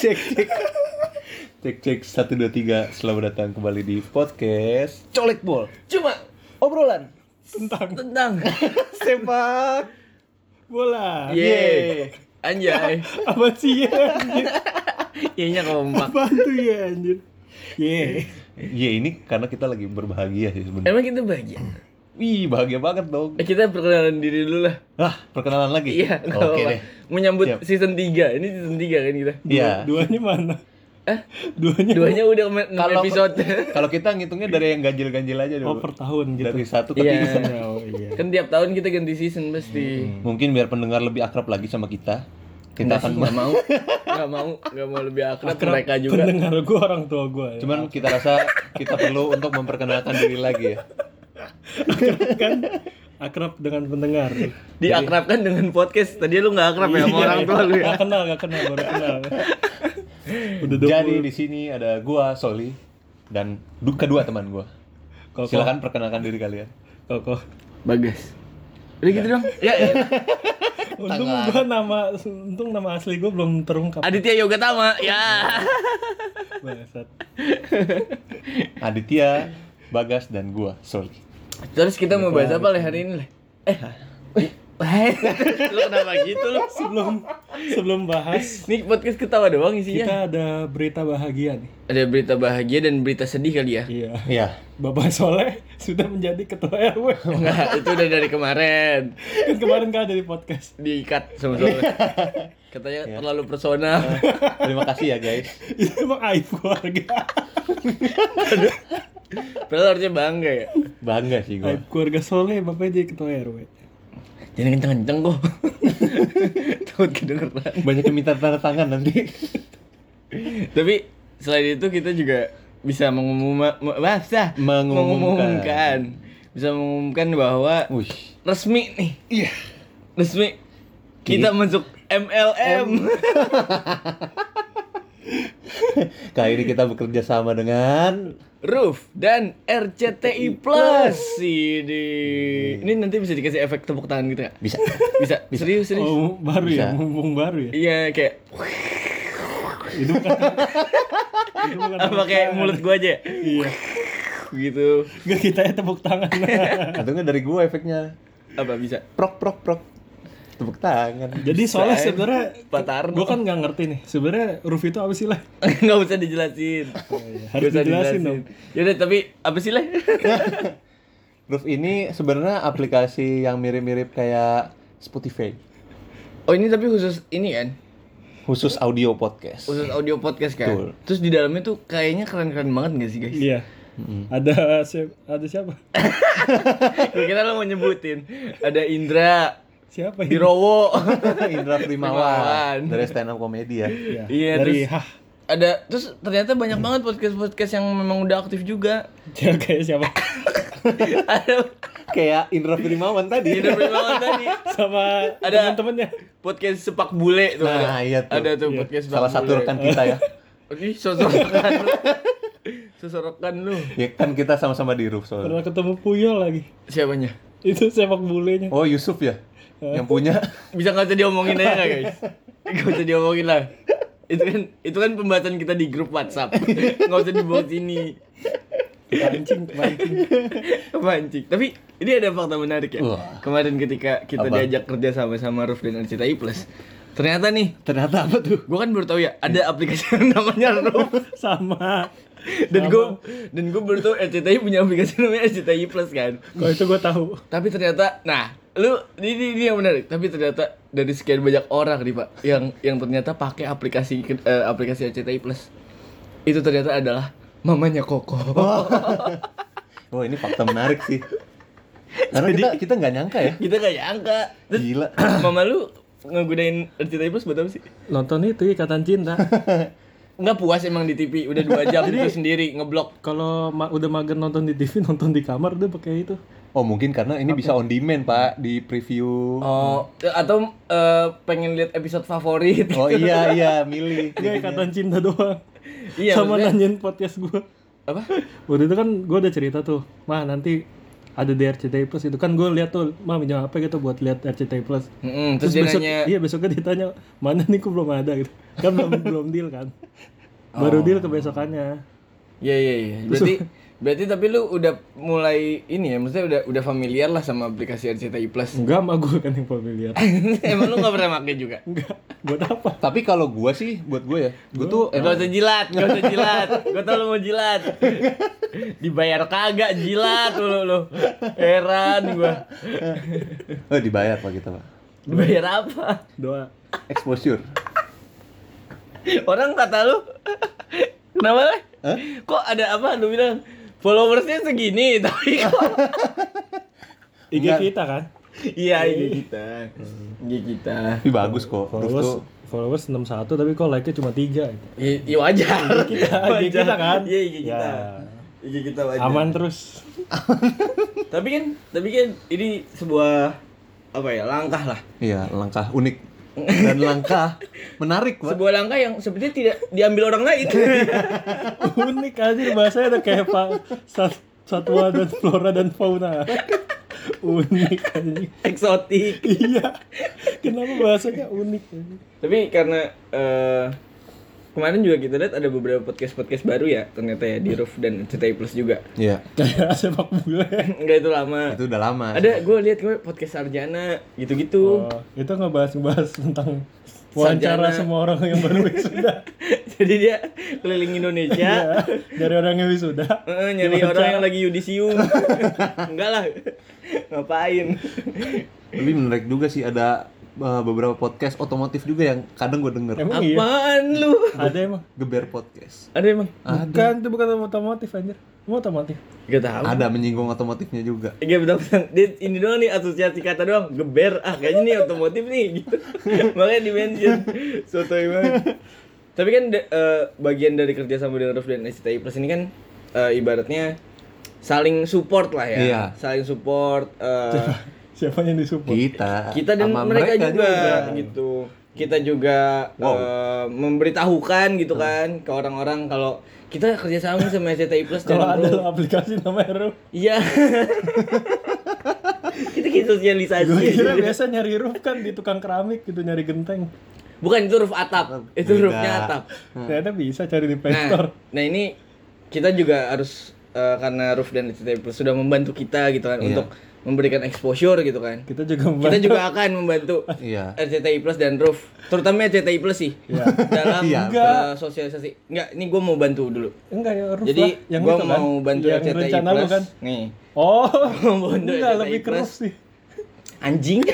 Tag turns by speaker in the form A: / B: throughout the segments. A: cek cek cek cek satu dua tiga selamat datang kembali di podcast colek bol cuma obrolan
B: tentang
A: tentang sepak
B: bola.
A: Yeay.
C: Anjay.
B: Apa sih ya? anjir?
C: Iya kompak.
B: Apaan tuh ya anjir? Ye.
A: ya ini karena kita lagi berbahagia sih sebenarnya
C: Emang kita bahagia.
A: wih bahagia banget dong
C: Eh, kita perkenalan diri dulu lah.
A: lah perkenalan lagi
C: Iya, nggak
A: oke
C: apa-apa.
A: deh
C: Menyambut
A: Siap.
C: season 3. Ini season 3 kan kita.
A: Iya.
B: Duanya mana?
C: Eh,
B: Duanya
C: duanya udah kemarin enam
A: kalau
C: episode.
A: kalau kita ngitungnya dari yang ganjil-ganjil aja
B: oh
A: dulu
B: per tahun gitu.
A: dari satu ke
C: Iya.
A: tiga
B: Oh iya.
C: kan tiap tahun kita ganti season pasti.
A: mungkin biar pendengar lebih akrab lagi sama kita kita akan
C: nggak mau, nggak mau, nggak mau lebih akrab,
B: Akrab
C: mereka juga.
B: Pendengar gua orang tua gua ya.
A: Cuman kita rasa kita perlu untuk memperkenalkan diri lagi ya.
B: kan akrab dengan pendengar.
C: Diakrabkan dengan podcast. Tadi lu nggak akrab ya sama orang tua lu ya.
B: Gak kenal, gak kenal, baru kenal. Udah
A: Jadi di sini ada gua Soli dan du- kedua teman gua.
B: Koko.
A: Silakan perkenalkan diri kalian.
B: Koko.
C: Bagas. Udah gitu dong. Ya, ya.
B: Untung gua nama untung nama asli gua belum terungkap.
C: Aditya Yoga Tama. Ya.
B: Bangsat.
A: Aditya, Bagas dan gua Soli.
C: Terus kita mau bahas apa lah hari ini lah? Eh, eh, lu kenapa gitu lu?
B: Sebelum sebelum bahas
C: Ini podcast ketawa doang isinya.
B: kita ada berita bahagia nih.
C: Ada berita bahagia dan berita sedih kali ya.
B: Iya.
A: Iya.
B: Bapak Soleh sudah menjadi ketua RW.
C: Enggak, Nah, itu udah dari kemarin.
B: Kan kemarin kan ada di podcast.
C: Diikat sama Soleh. Katanya terlalu personal.
A: Terima kasih ya guys.
B: Itu emang aib keluarga.
C: Padahal harusnya bangga ya.
A: Bangga sih gua.
B: Aib keluarga Soleh bapaknya jadi ketua RW.
C: Jangan kenceng-kenceng kok. Takut kedengeran.
A: Banyak yang minta tanda tangan nanti.
C: Tapi selain itu kita juga bisa mengumumkan bahasa
A: Mengumumkan.
C: Bisa mengumumkan bahwa
A: Wih.
C: resmi nih. Iya. Resmi kita masuk MLM.
A: Kali ini kita bekerja sama dengan
C: Roof dan RCTI Plus ini. Ini nanti bisa dikasih efek tepuk tangan gitu ya?
A: bisa.
C: Bisa. Serius serius.
B: Oh, baru ya,
A: Bisa.
B: mumpung baru ya.
C: Iya kayak
B: Itu bukan. itu bukan
C: apa
B: tepuk
C: kayak
B: tangan.
C: mulut gua aja
B: Iya.
C: gitu.
B: Gak kita ya tepuk tangan.
A: Atau nggak dari gua efeknya.
C: Apa bisa?
A: Prok prok prok. Tepuk tangan.
B: jadi
C: Bisa,
B: Soleh
C: eh.
B: sebenarnya
C: Patarno.
B: Gue kan nggak ngerti nih. Sebenarnya Ruf itu apa sih lah?
C: Enggak usah dijelasin.
B: Oh, iya. Harus
C: Nggak usah
B: dijelasin dong.
C: Yaudah tapi apa sih lah?
A: Roof ini sebenarnya aplikasi yang mirip-mirip kayak Spotify.
C: oh ini tapi khusus ini kan
A: Khusus audio podcast.
C: khusus audio podcast kan.
A: Betul.
C: Terus di dalamnya tuh kayaknya keren-keren banget gak sih guys?
B: Iya. Ada si- ada siapa?
C: Kira-kira lo mau nyebutin ada Indra,
B: Siapa ini?
C: Hirowo,
A: Indra
C: Primawan.
A: Primawan dari stand up comedy ya.
B: Iya.
C: Iya,
B: Dari
C: terus-
B: hah.
C: ada terus ternyata banyak banget podcast-podcast yang memang udah aktif juga.
B: Siapa kayak siapa?
C: ada
A: Kayak Indra Primawan tadi.
C: Indra Primawan tadi.
B: Sama
C: Ada-
B: teman-temannya.
C: Podcast sepak bule tuh.
A: Nah,
C: ada.
A: iya tuh.
C: Ada tuh
B: Iya.
C: podcast sepak
A: Salah satu
C: bule.
A: rekan kita ya.
C: Ih, sosorokan lu. sosorokan lu.
A: Ya kan kita sama-sama di roof soalnya.
B: Pernah ketemu Puyol lagi.
C: Siapanya?
B: Itu sepak bulenya.
A: Oh Yusuf ya,
C: Eh.
A: yang punya.
C: Bisa nggak usah diomongin aja nggak guys? Nggak usah diomongin lah. Itu kan itu kan pembahasan kita di grup WhatsApp. Nggak usah dibawa sini.
B: Pancing, pancing.
C: Mancing. Tapi ini ada fakta menarik ya.
A: Wah.
C: Kemarin ketika kita
A: Apa?
C: diajak kerja sama sama Ruf dan RCTI Plus. Ternyata nih,
A: Ternyata apa tuh?
C: gue kan baru tahu ya
A: Hmm.
C: ada aplikasi yang namanya Ruf.
B: Sama.
C: dan gue dan gue baru tau RCTI punya aplikasi namanya RCTI Plus kan
B: Kalau itu gue tahu.
C: tapi ternyata nah lu ini, ini yang menarik tapi ternyata dari sekian banyak orang nih pak yang yang ternyata pakai aplikasi ke- eh, aplikasi RCTI Plus itu ternyata adalah mamanya Koko
A: Oh ini fakta menarik sih. Karena kita kita nggak nyangka ya.
C: kita gak nyangka Terus,
A: Gila.
C: mama lu ngegunain RCTI Plus buat apa sih
B: Nonton itu Ikatan Cinta.
C: nggak puas emang di TV udah dua jam itu sendiri ngeblok
B: Kalau ma- udah mager nonton di TV, nonton di kamar udah pakai itu.
A: Oh mungkin karena ini bisa on demand pak di preview.
C: oh atau eh, pengen lihat episode favorit
A: Oh iya iya milih.
B: Gak Ikatan Cinta doang.
C: Iya,
B: Sama
C: maksudnya-
B: nanyain podcast gue.
C: apa
B: Waktu itu kan gue udah cerita tuh, mah nanti ada di RCTI Plus itu kan gue lihat tuh mah pinjam HP gitu buat lihat RCTI Plus
C: Mm-mm, terus, dia
B: besok
C: nanya
B: iya besoknya ditanya mana nih kok belum ada gitu kan belum belum deal kan
C: Oh.
B: baru deal ke besokannya
C: Iya iya iya. Berarti berarti tapi lu udah mulai ini ya, maksudnya udah udah familiar lah sama aplikasi RCTI Plus.
B: enggak mah gue kan yang familiar
C: Emang lu gak pernah pakai juga?
B: enggak buat apa
A: Tapi kalau gua sih buat gua ya, gua tuh
C: Gak usah jilat, gak usah jilat. Gua tau lu mau jilat. Dibayar kagak jilat lu lu. Heran gua.
A: eh dibayar Pak kita, Pak.
C: Dibayar apa?
B: doa
A: Exposure.
C: Orang kata lu kenapa? Le? Kok ada apa lu bilang followersnya segini tapi kok
B: IG
A: Enggak.
B: kita kan
C: Iya, ini kita. Ini kita.
A: Tapi bagus kok. Terus tuh
B: followers followers 61 tapi kok like-nya cuma 3 gitu.
C: Ya, ya wajar.
B: kita- IG kita kan?
C: Iya, IG kita.
B: Ya.
C: IG kita wajar.
B: aman terus
C: Tapi kan, tapi kan ini sebuah apa ya langkah lah.
A: iya langkah unik dan langkah menarik, Pak.
C: Sebuah langkah yang sepertinya tidak diambil orang lain.
B: unik aja bahasanya ada kayak pak sat- satwa dan flora dan fauna unik aja
C: Eksotik.
B: iya kenapa bahasanya unik
C: Tapi karena eh, kemarin juga kita lihat ada beberapa podcast podcast baru ya ternyata ya di Roof dan CTI Plus juga.
A: Iya.
B: kayak sepak bola
C: Enggak itu lama.
A: Itu udah lama.
C: Ada gue lihat gue podcast sarjana gitu-gitu.
B: Oh, itu ngebahas ngebahas tentang wawancara
C: Sarjana.
B: semua orang yang baru wisuda
C: Jadi dia keliling Indonesia.
B: ya dari orang yang wisuda
C: Eh, nyari
B: Diwawancara.
C: orang yang lagi yudisium enggak lah ngapain
A: Tapi menarik juga sih ada uh, beberapa podcast otomotif juga yang kadang gua denger.
B: emang iya
C: apaan lu
B: ada emang
A: Geber podcast.
C: ada emang
B: bukan itu bukan otomotif anjir mau otomotif
C: gak tahu
A: Ada menyinggung otomotifnya juga.
C: Iya betul betul. Dia ini doang nih asosiasi kata doang geber ah kayaknya nih otomotif nih gitu. Makanya di mention soto banget. Tapi kan de- eh, bagian dari kerja sama dengan Roof dan SCTI Plus ini kan eh, ibaratnya saling support lah ya.
A: Iya.
C: Saling support eh,
B: siapa yang disupport
A: Kita
C: kita dan
A: sama
C: mereka, juga, gitu kita juga eh, memberitahukan gitu kan ke orang-orang kalau kita kerjasama sama SCTI Plus dan
B: kalau
C: Roof.
B: ada aplikasi namanya Ru
C: iya kita kayak sosialisasi
B: gue kira biasa nyari roof kan di tukang keramik gitu nyari genteng
C: bukan itu roof atap itu
A: Beda.
C: roofnya atap
B: ternyata bisa cari di
C: nah
B: playstore
C: nah ini kita juga harus eh, karena roof dan SCTI Plus sudah membantu kita gitu
B: Iya.
C: kan untuk memberikan exposure gitu kan
B: kita juga
C: kita
B: membantu
C: juga akan membantu
A: Iya.
C: RCTI Plus dan Roof, terutama RCTI Plus sih dalam
A: Iya,
C: eh, sosialisasi. Enggak, ini gue mau bantu dulu.
B: enggak ya roof
C: Jadi
B: lah yang
C: gue
B: itu kan
C: mau bantu
B: yang
C: RCTI
B: rencana lu
C: Plus.
B: kan
C: Nih,
B: oh
C: mau bantu
B: enggak
C: RCTI
B: lebih ke
C: Plus.
B: roof sih
C: anjing.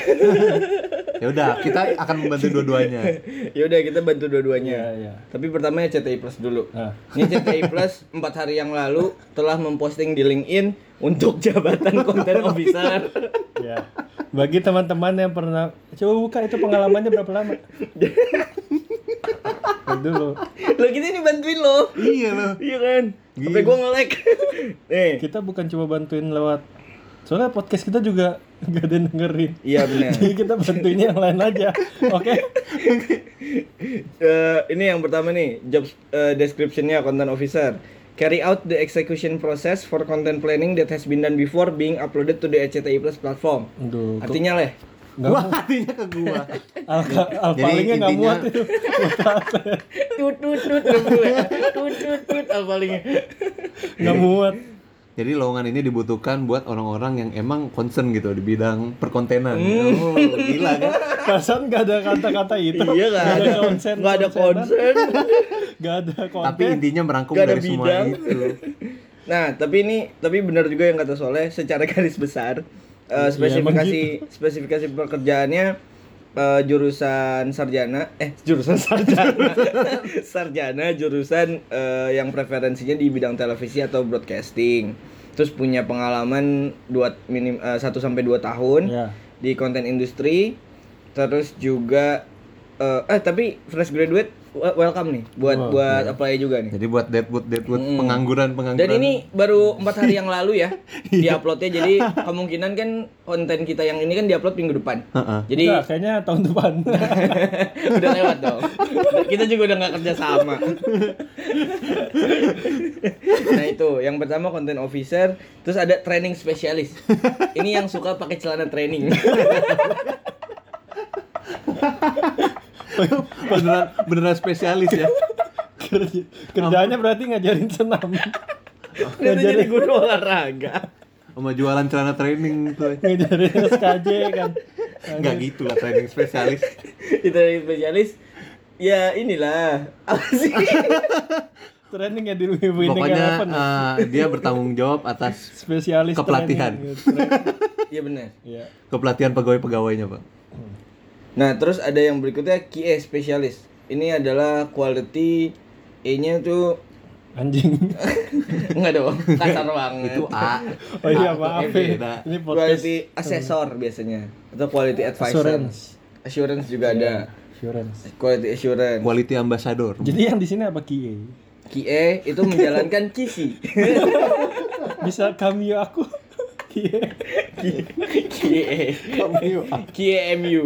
A: Ya udah, kita akan membantu dua-duanya.
C: ya udah kita bantu dua-duanya.
B: Iya, iya.
C: Tapi pertama ya RCTI Plus dulu.
B: Ah.
C: Ini RCTI Plus empat hari yang lalu telah memposting di LinkedIn untuk jabatan konten officer.
B: ya bagi teman-teman yang pernah coba buka itu pengalamannya berapa lama Lihat dulu
C: lo kita ini bantuin lo.
A: iya loh.
C: Iya kan? Sampai gue nge-lag. Nih.
B: kita bukan cuma bantuin lewat soalnya podcast kita juga gak ada yang dengerin
C: Iya benar.
B: jadi kita bantuinnya yang lain aja oke
C: Eh, ini yang pertama nih, job eh, description-nya content officer. Carry out the execution process for content planning that has been done before being uploaded to the RCTI Plus platform.
B: Aduh, kok-
C: Artinya leh,
B: Nggak
A: Wah, hatinya ke gua.
B: Alka, alpalingnya nggak
A: intinya-
B: muat itu.
C: tut tut tut tut tut tut tut apa palingnya.
B: Nggak muat.
A: Jadi lowongan ini dibutuhkan buat orang-orang yang emang concern gitu di bidang perkontenan. Oh, gila kan?
B: Perasaan nggak ada kata-kata itu.
C: Iya nggak
B: kan? Nggak
C: ada
B: konsen.
C: nggak ada konsen,
B: Nggak ada konten.
A: Tapi intinya merangkum
C: nggak ada
A: dari semua
C: bidang.
A: itu.
C: Nah, tapi ini tapi benar juga yang kata Soleh secara garis besar eh, spesifikasi spesifikasi pekerjaannya eh, jurusan sarjana eh jurusan sarjana sarjana jurusan eh, yang preferensinya di bidang televisi atau broadcasting. Terus punya pengalaman dua minim 1 sampai 2 tahun
B: Ya.
C: di konten industri. Terus juga eh eh, tapi fresh graduate wel- welcome nih buat
B: Wah,
C: buat apply juga nih.
A: Jadi buat Deadwood Deadwood pengangguran pengangguran.
C: Dan ini baru empat hari yang lalu ya diuploadnya, jadi kemungkinan kan konten kita yang ini kan diupload minggu depan. Jadi
B: Nah, kayaknya tahun depan.
C: udah lewat dong. Dan Kita juga udah nggak kerja sama. nah itu yang pertama konten officer, terus ada training spesialis. Ini yang suka pakai celana training.
A: beneran beneran spesialis ya.
B: Kerja- Kerjaannya berarti ngajarin senam.
C: Dia tuh jadi guru olahraga.
A: Sama jualan celana training tuh.
B: ngajarin SKJ kan.
A: Enggak gitu lah training spesialis.
C: Di training spesialis ya inilah apa sih
B: Training ya di Wibu ini
A: Pokoknya
B: kan apa
A: eh, dia bertanggung jawab atas
B: Spesialis
A: kepelatihan.
B: training, gitu. Training,
C: Iya benar.
B: Iya.
A: kepelatihan pegawai-pegawainya, Pak.
C: Nah, terus ada yang berikutnya QA spesialis. Ini adalah quality E-nya tuh
B: Anjing.
C: enggak dong, kasar banget.
A: Itu A.
B: Oh
A: A,
B: iya maaf
A: itu E
B: ya.
A: beda.
B: Ini podcast
C: quality assessor biasanya atau quality advisor.
B: Assurance. Iya.
C: Assurance juga
B: Assurance.
C: ada. Quality assurance.
A: Quality ambassador.
B: Jadi yang di sini apa Kie?
C: QA itu menjalankan kisi.
B: Bisa cameo aku? Kie.
C: QA. QAMU.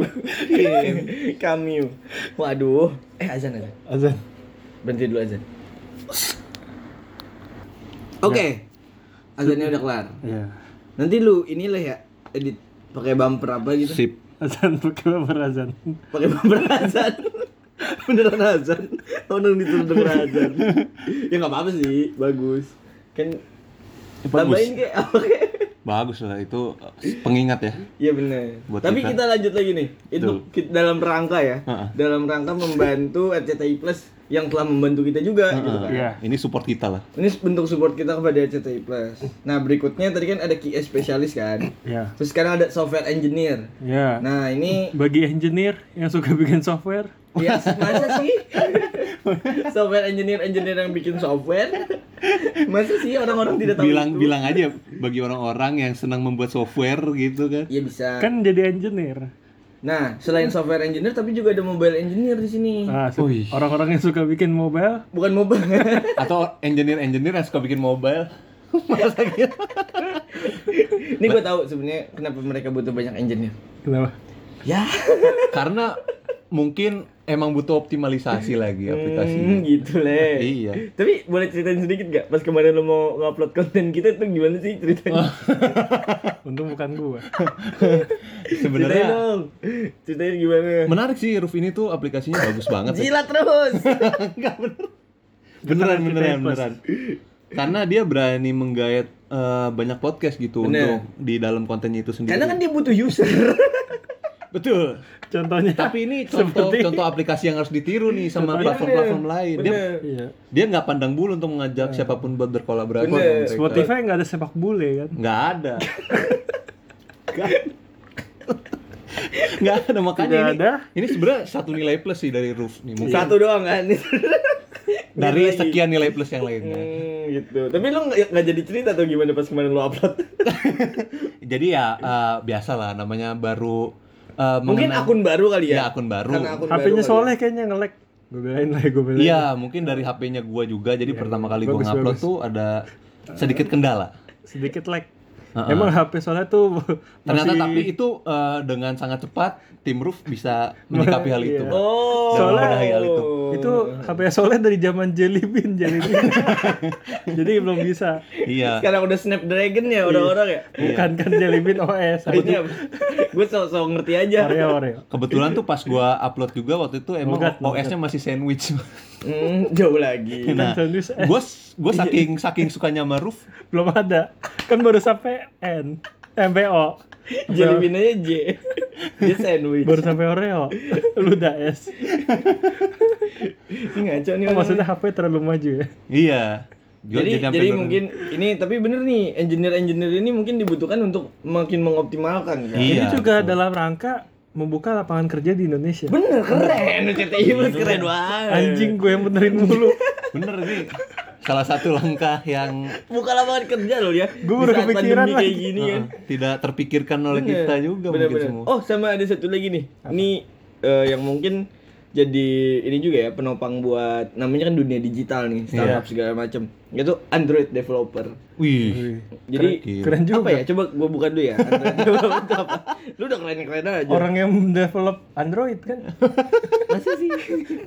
C: Kamu. Waduh. Eh azan azan.
B: Azan.
C: Berhenti dulu azan. Oke.
B: Nah.
C: Azannya udah kelar.
B: Iya.
C: Nanti lu inilah ya edit pakai bumper apa gitu.
A: Sip.
B: Azan pakai bumper azan.
C: Pakai bumper azan. Beneran azan. Orang disuruh denger azan. ya enggak apa-apa sih, bagus. Kan
A: Eh,
C: tambahin
A: Bagus.
C: kayak apa kayak.
A: Bagus lah itu eh, pengingat ya.
C: Iya benar.
A: Buat
C: Tapi
A: kita.
C: kita. lanjut lagi nih. Itu
A: Betul.
C: kita- dalam rangka ya.
A: Heeh.
C: Dalam rangka membantu RCTI Plus yang telah membantu kita juga gitu kan.
B: Iya.
A: Ini support kita lah.
C: Ini bentuk support kita kepada RCTI Plus. Nah, berikutnya tadi kan ada QA spesialis kan.
B: Iya.
C: Terus sekarang ada software engineer.
B: Iya.
C: Nah, ini
B: Bagi engineer yang suka bikin software,
C: Ya, masa sih? software engineer-engineer yang bikin software? Masa sih orang-orang tidak tahu
A: bilang
C: itu?
A: bilang aja bagi orang-orang yang senang membuat software gitu kan.
C: Ya bisa.
B: kan jadi engineer.
C: Nah, selain software engineer tapi juga ada mobile engineer di sini.
B: Nah, su-
A: Wih.
B: orang-orang yang suka bikin mobile,
C: Bukan mobile.
A: Atau engineer-engineer yang suka bikin mobile. Masa gitu?
C: Ini gue tahu sebenarnya kenapa mereka butuh banyak engineer.
B: kenapa?
C: Ya,
A: Karena mungkin emang butuh optimalisasi lagi
C: hmm,
A: aplikasinya.
C: gitu le.
A: Iya.
C: Tapi boleh ceritain sedikit gak? Pas kemarin lo mau ngupload konten kita itu gimana sih ceritanya?
B: Untung bukan gua.
C: ceritain
A: Sebenarnya
C: dong. Ceritain gimana?
A: menarik sih Ruf ini tuh aplikasinya bagus banget. ya.
C: Jilat terus.
A: beneran
B: Kita
A: beneran
B: plus.
A: beneran karena dia berani menggayat eh, banyak podcast gitu
C: Bener.
A: untuk di dalam kontennya itu sendiri
C: Karena kan dia butuh user.
A: betul
B: Contohnya
A: tapi ini contoh
B: Seperti-
A: contoh aplikasi yang harus ditiru nih sama platform-platform lain dia
C: Bener.
B: Iya.
A: dia nggak pandang bulu untuk mengajak siapapun buat berkolaborasi
C: Bener.
A: sama mereka.
B: Spotify nggak ada sepak bule kan?
A: nggak ada Nggak ada. nggak ada makanya
B: Tidak
A: ini
B: ada.
A: ini sebenarnya satu nilai plus sih dari Roof nih mungkin
C: Satu doang kan.
A: dari
C: Lagi.
A: sekian nilai plus yang lainnya
B: Iya.
C: Hmm, gitu. Tapi lo nggak nggak jadi cerita atau gimana pas kemarin lo upload?
A: Jadi ya eh, biasa lah namanya baru eh,
C: Mungkin
A: mengenang-
C: akun baru kali ya.
A: Iya, akun baru.
C: Karena akun ya?
B: HP-nya
C: baru kali
B: soleh kayaknya nge-lag. Gue belain lah, gue belain.
A: Iya, mungkin dari HP-nya gua juga. Jadi pertama kali gua
B: Iya, bagus,
A: ngupload
B: bagus.
A: tuh ada sedikit kendala.
B: Sedikit lag.
A: Heeh.
B: Emang HP soleh tuh
A: Ternyata
B: masih-
A: tapi itu eh, dengan sangat cepat tim Roof bisa menyikapi hal itu.
B: Iya.
C: ya. Oh.
A: Dalam membenahi hal ya itu.
B: itu HP soleh dari zaman Jelly Bean Jelly Bean. Jadi belum bisa.
A: Iya.
C: Sekarang udah Snapdragon ya orang-orang ya.
B: Bukan kan Jelly Bean OS.
C: Akhirnya gue sok-sok ngerti aja.
B: Oreo Oreo.
A: Kebetulan tuh pas gua upload juga waktu itu emang
B: Logat,
A: OS-nya masih sandwich.
C: Hmm, jauh lagi.
A: Nah,
B: Iya, sandwich Iya. S.
A: gua gua saking saking sukanya sama Roof,
B: Belum ada. Kan baru sampai N. MPO.
C: Jadi binanya J. J sandwich.
B: Baru sampai Oreo. Lu udah S.
C: Ini ngaco nih.
B: Oh,
C: orang.
B: maksudnya HP terlalu maju ya.
A: iya. Gua
C: jadi,
A: sampai
C: jadi
A: turun.
C: mungkin ini tapi bener nih engineer-engineer ini mungkin dibutuhkan untuk makin mengoptimalkan kan.
A: Iya,
B: Ini juga
A: betul.
B: dalam rangka membuka lapangan kerja di Indonesia.
C: Bener keren CTI Mas keren banget.
B: Anjing gue yang benerin mulu.
A: bener sih. Salah satu langkah yang
C: buka lapangan kerja loh ya.
B: Gua baru
C: Di saat
B: kepikiran
C: pandemi kayak
B: lagi.
C: gini kan.
A: eh, tidak terpikirkan oleh kita juga mungkin
C: Bener-bener.
A: semua.
C: Oh, sama ada satu lagi nih. Ini eh, yang mungkin jadi ini juga ya penopang buat namanya kan dunia digital nih startup segala macam itu Android developer
A: Wih.
C: jadi
A: Keren,
B: keren
C: apa
B: juga.
C: ya coba gua buka dulu ya Android developer itu apa lu udah keren keren aja
B: Orang yang develop Android kan.
C: masih sih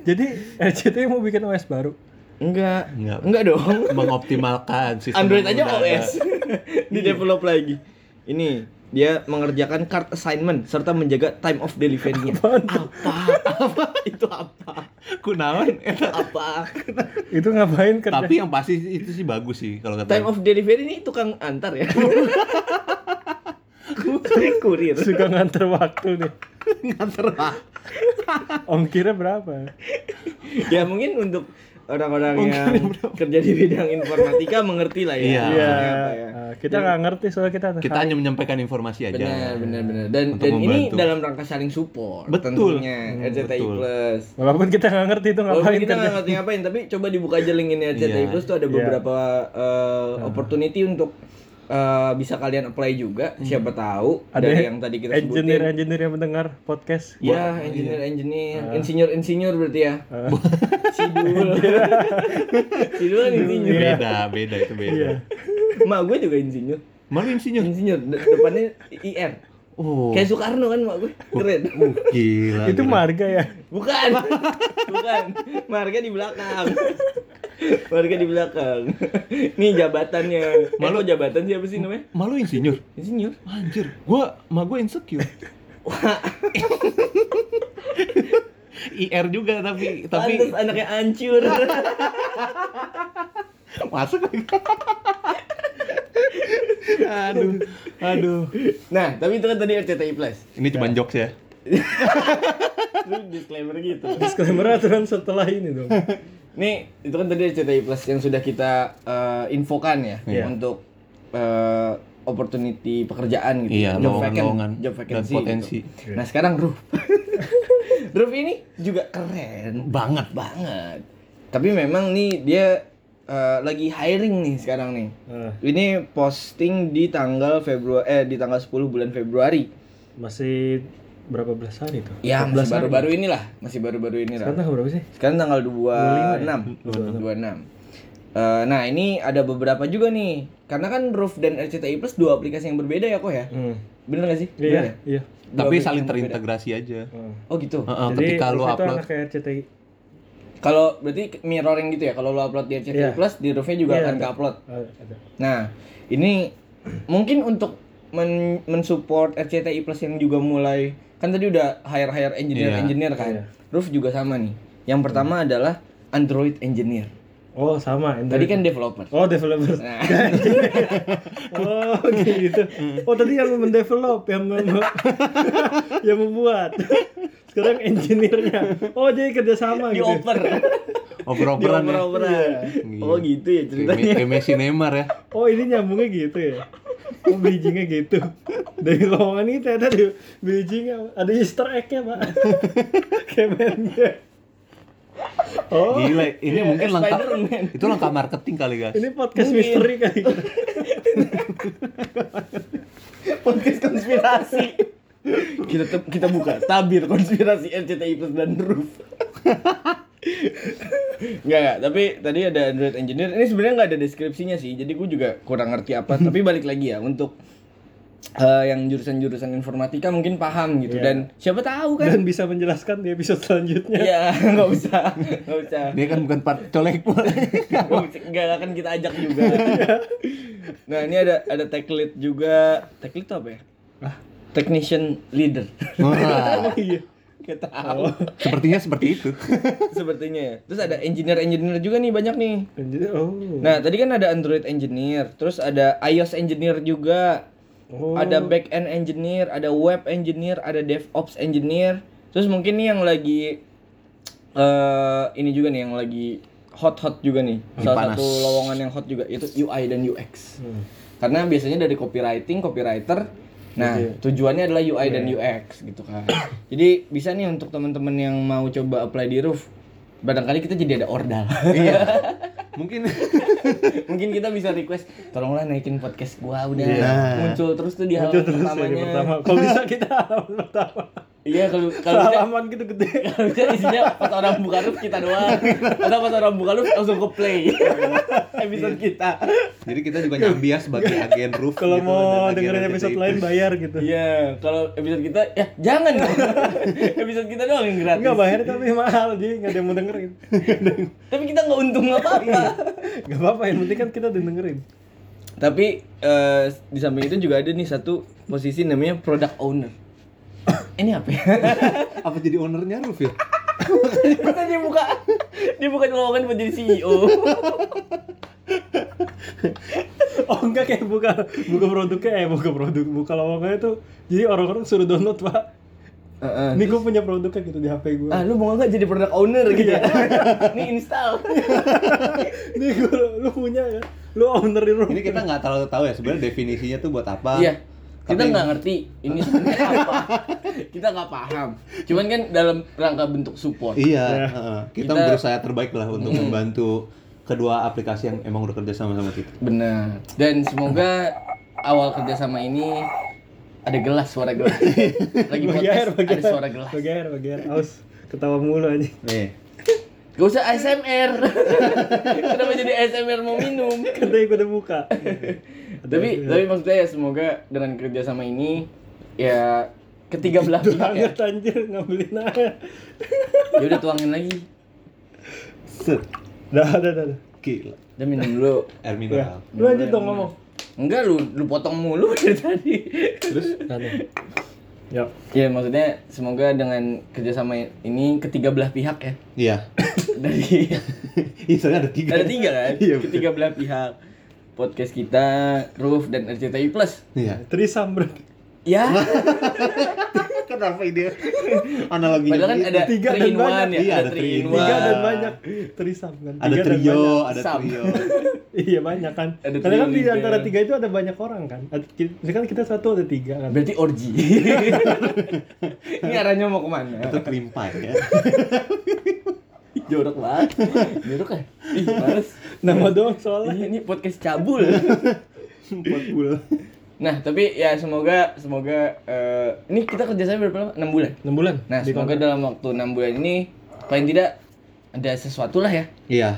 B: Jadi RCTI mau bikin OS baru.
C: enggak
A: Enggak.
C: enggak dong
A: Mengoptimalkan sistem
C: Android
A: yang
C: aja
A: udah ada.
C: OS
A: Iya.
C: di develop lagi ini dia mengerjakan card assignment serta menjaga time of delivery-nya.
B: Apaan tuh?
C: Apa? Apa? Itu apa?
A: Kunaon eta.
C: Apa?
B: Itu ngapain kerja?
A: Tapi yang pasti itu sih bagus sih kalau kata
C: Time of delivery ini tukang antar ya. Kurir.
B: suka nganter waktu nih.
A: nganter
B: Ongkirnya berapa?
C: Ya mungkin untuk orang-orang yang kerja di bidang informatika mengerti lah ya.
A: Iya.
B: Iya.
C: maksudnya apa ya.
B: eh, Kita nggak ngerti soalnya kita
A: Kita hanya menyampaikan informasi aja.
C: Benar, benar, benar. Dan
A: Untuk
C: dan ini
A: membantu.
C: dalam rangka saling support
A: Betul.
C: tentunya
A: Hmm,
C: RCTI
A: betul.
C: Plus.
B: Walaupun kita nggak ngerti itu
C: Walaupun Oh,
B: ngapain
C: kita
B: kerja.
C: nggak ngerti ngapain, tapi coba dibuka aja link ini aja.
A: Iya.
C: Tadi Plus tuh ada
B: Iya.
C: beberapa eh, opportunity untuk eh, bisa kalian apply juga. Siapa tahu
B: Hmm. Ada
C: dari yang tadi kita
B: engineer Iya.
C: sebutin.
B: engineer yang mendengar podcast.
C: Ya, engineer, engineer, insinyur, insinyur berarti ya.
B: Iya.
C: Sidul, Sidul kan insinyur.
A: Beda, beda itu beda.
B: Iya.
C: Mak gue juga insinyur,
A: Malu insinyur.
C: insinyur. De- depannya IR.
A: Oh.
C: Kayak Soekarno kan mak gue, keren.
A: Uh, gila.
B: Itu
A: keren.
B: marga ya.
C: Bukan, bukan. Marga di belakang. Marga di belakang. Nih jabatannya. Malu jabatan siapa sih namanya?
A: Malu insinyur.
C: Insinyur.
A: Anjir, gua ma gua insecure. IR juga tapi
C: Tapi
A: tapi
C: anaknya hancur.
A: masuk lagi. aduh, aduh.
C: nah, tapi itu kan tadi RCTI Plus.
A: Ini cuma jokes ya.
C: Lu disclaimer gitu.
B: Disclaimer aturan setelah ini dong.
C: Nih, itu kan tadi RCTI Plus yang sudah kita eh, infokan ya
A: Iya.
C: untuk eh, opportunity pekerjaan gitu.
A: Iya,
C: vacant-
A: lowongan-lowongan
C: job
A: dan
C: vacancy
A: potensi.
C: gitu. Nah, sekarang Ruf. Ruf ini juga keren.
A: Banget.
C: banget. Tapi memang nih dia eh, lagi hiring nih sekarang nih.
B: Eh,
C: Ini posting di tanggal Februari eh di tanggal 10 bulan Februari.
B: masih berapa belas hari tuh?
C: Ya, masih
B: 14 hari.
C: baru-baru inilah, masih baru-baru
B: Sekarang
C: inilah.
B: tanggal berapa sih?
C: Sekarang tanggal 26, 26. 26. Eh, nah, ini ada beberapa juga nih. Karena kan Roof dan RCTI Plus dua aplikasi yang berbeda ya kok ya?
B: Hmm.
C: Bener gak sih? Bener
B: Iya,
C: ya?
B: iya.
C: Dua
A: Tapi
C: aplikasi
A: saling
C: yang berbeda.
A: terintegrasi aja.
B: Heeh.
C: Oh gitu.
A: Heeh,
B: Jadi
A: Nah, ketika lu
B: Rufy tuh
A: upload
B: anak RCTI.
C: Kalau berarti mirroring gitu ya. Kalau lo upload di RCTI
B: Iya.
C: Plus, di Roofnya juga
B: Iya,
C: akan
B: ada.
C: ke-upload.
B: Eh, ada.
C: Nah, ini mungkin untuk men mensupport RCTI Plus yang juga mulai kan tadi udah hire hire engineer
A: Iya.
C: engineer kan.
B: Iya. Hmm.
C: Roof juga sama nih. Yang pertama adalah Android engineer.
B: Oh, sama.
C: Tadi
B: Android.
C: kan developer.
B: Oh, developer.
C: Nah,
B: Oh gitu. Oh tadi yang mendevelop, yang mem- yang membuat. Sekarang engineer-nya. Oh jadi kerjasama
C: di
B: gitu.
C: oper. di
A: oper-operan ya.
C: oper-operan. Oh
A: Gila.
C: gitu ya ceritanya.
A: Kayak Messi Neymar ya.
B: Oh ini nyambungnya gitu ya. Oh bridgingnya gitu. Dari lowongan ini ternyata di bridgingnya ada Easter egg-nya pak. Kayak bandnya. Oh
A: Gila, ini mungkin langkah
C: Spider-Man.
A: itu langkah marketing kali guys.
B: ini podcast
C: Mungkin.
B: misteri kali.
C: Podcast konspirasi. kita te- kita buka tabir konspirasi RCTI Plus dan Roof. Enggak enggak, tapi tadi ada Android Engineer. Ini sebenarnya nggak ada deskripsinya sih. Jadi gue juga kurang ngerti apa, tapi balik lagi ya untuk eh, yang jurusan-jurusan informatika mungkin paham gitu
B: Iya.
C: dan siapa tahu kan.
B: Dan bisa menjelaskan di episode selanjutnya.
C: Iya, nggak usah, nggak usah.
A: Dia kan bukan part colek
C: Enggak akan kan kita ajak juga. nah, ini ada ada tech lead juga. Tech lead itu apa ya? Technician leader.
A: Wah,
B: Iya.
C: Kita tahu.
A: Sepertinya seperti itu.
C: Sepertinya ya. Terus ada engineer-engineer juga nih banyak nih.
B: Engineer-
A: Iya.
B: Oh.
C: Nah, tadi kan ada Android engineer, terus ada iOS engineer juga.
B: Oh.
C: Ada back end engineer, ada web engineer, ada DevOps engineer. Terus mungkin nih yang lagi eh ini juga nih yang lagi hot-hot juga nih.
A: Lagi
C: Salah
A: panas.
C: satu lowongan yang hot juga itu UI dan UX.
B: Hmm.
C: Karena biasanya dari copywriting, copywriter. Nah,
A: Iya.
C: tujuannya adalah UI dan UX gitu kan. jadi bisa nih untuk teman-teman yang mau coba apply di Roof, barangkali kita jadi ada ordal.
A: Iya. Mungkin
C: Mungkin kita bisa request, tolonglah naikin podcast gua udah
A: Iya.
C: muncul terus tuh di halaman
B: Muncul terus ya di
C: pertamanya.
B: pertama. Kalau bisa kita halaman pertama.
C: Iya kalau kalau bisa
B: Halaman gitu gede.
C: kalau bisa isinya pas orang buka roof kita doang. Atau pas orang buka roof langsung ke play episode
B: Iya.
C: kita.
A: Jadi kita juga nyambi ya sebagai agen roof
B: Kalau
A: gitu,
B: mau
A: dan agen
B: dengerin
A: RCTI
B: episode
A: Plus.
B: lain bayar gitu.
C: Iya, kalau episode kita ya jangan. dong. episode kita doang yang gratis.
B: Enggak bayar tapi mahal, jadi enggak ada yang mau dengerin.
C: Tapi kita nggak untung
B: Iya.
C: apa-apa.
B: Enggak apa-apa, yang penting kan kita ada yang dengerin.
C: Tapi eh, di samping itu juga ada nih satu posisi namanya product owner. Ini apa ya?
A: Apa jadi ownernya roof ya?
C: Masa dia buka dia buka lowongan buat jadi E CEO.
B: Oh enggak kayak buka buka produknya eh buka produk buka lowongannya tuh jadi orang-orang suruh download pak.
C: Heeh.
B: Ini gue punya produknya gitu di HP gue.
C: Ah, lu mau nggak jadi product owner gitu ya?
B: Iya.
C: Nih install.
B: Ini gue lu punya kan? Lu owner di
A: Ini
B: rumah.
A: kita nggak terlalu tahu ya sebenarnya definisinya tuh buat apa.
C: Iya. Kita
A: Tapi-
C: nggak ngerti ini sebenarnya apa. Kita nggak paham. Cuman kan dalam rangka bentuk support.
A: Iya,
B: Ya.
A: heeh. kita,
C: Kita-
A: berusaha terbaik lah untuk membantu kedua aplikasi yang emang udah kerja sama sama kita.
C: Benar. Dan semoga awal kerjasama ini ada gelas suara gelas. Lagi
B: Bagi air,
C: podcast
B: bagi
C: ada
B: air,
C: suara gelas.
B: bagi air, bagi air. Aus ketawa mulu aja.
A: Nih,
C: Gak usah ASMR. Kenapa jadi ASMR mau minum?
B: Kata gue udah buka.
C: tapi tapi maksudnya ya semoga dengan kerjasama ini ya ketiga belah pihak ya.
B: banget anjir ngambilin air.
C: Ya udah tuangin lagi.
A: set,
B: Dah, dah, dah. dah.
A: gila.
C: Udah minum dulu.
A: Air
B: Ya.
A: mineral.
B: Lu lanjut dong ngomong.
C: Enggak lu lu potong mulu dari tadi.
A: Terus
B: Ya.
C: ya maksudnya semoga dengan kerjasama ini ketiga belah pihak ya.
A: Iya.
C: Dari
A: Ih, soalnya ada tiga.
C: ada tiga kan?
A: Iya, betul.
C: ketiga belah pihak. Podcast kita, Roof dan RCTI Plus.
A: Iya.
B: Trisam berarti.
C: Ya,
B: Kan
A: Kenapa ide analoginya?
C: padahal kan
A: begitu?
C: ada
B: Tiga
C: three in
B: dan banyak.
C: one ya,
A: Iya, ada three in
B: Tiga
A: Wah.
B: dan banyak. Trisam kan.
A: ada
B: Tiga dan
A: trio,
B: banyak.
A: ada
C: Sam.
A: trio.
B: Iya banyak kan.
C: Ada
B: Karena kan di
C: trio juga.
B: antara tiga itu ada banyak orang kan. Ada- ki- Misalkan kita satu ada tiga kan.
C: Berarti orgy. ini arahnya mau kemana?
A: Itu kelimpai ya.
C: Jorok banget. Jorok kan? Ih, males.
B: Nama doang soalnya.
C: Ih, Ini podcast cabul.
A: Empat bulan.
C: Nah, tapi ya semoga semoga eh, ini kita kerjasama berapa lama? 6 bulan.
B: Enam bulan.
C: Nah,
B: Di
C: semoga
B: kontrak.
C: dalam waktu 6 bulan ini paling tidak ada sesuatu lah ya.
A: Iya.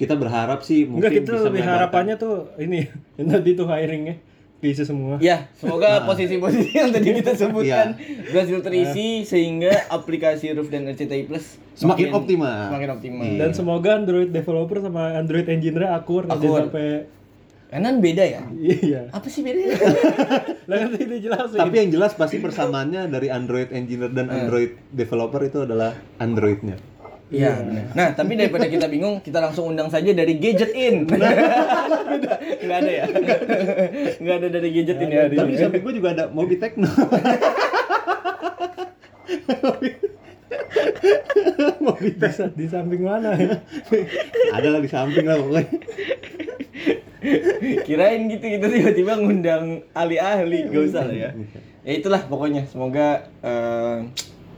A: Kita berharap sih mungkin
B: Enggak kita
A: bisa
B: lebih
A: melebarkan.
B: harapannya tuh ini yang tadi tuh hiringnya bisa semua.
C: Ya, semoga posisi-posisi yang tadi kita sebutkan berhasil terisi sehingga aplikasi Roof dan RCTI Plus
A: Semakin
C: makin-
A: optimal.
C: Semakin optimal.
A: Iya.
B: Dan semoga Android developer sama Android engineer akur nanti
C: Akur.
B: sampai
C: Karena beda ya.
B: iya.
C: Apa sih bedanya?
B: Lah kan tadi dijelasin.
A: Tapi yang jelas pasti persamaannya dari Android engineer dan Android developer itu adalah Androidnya.
C: Iya. benar. Nah, tapi daripada kita bingung, kita langsung undang saja dari Gadget In. Enggak ada ya? Enggak ada dari Gadget In ya. hari
A: Tapi
C: ini.
A: di samping gue juga ada Mobi Techno. Mobi
B: di, sa- di samping mana ya?
A: Ada lah di samping lah pokoknya.
C: Kirain gitu kita tiba-tiba ngundang ahli-ahli, enggak usah lah ya. Ya itulah pokoknya semoga eh,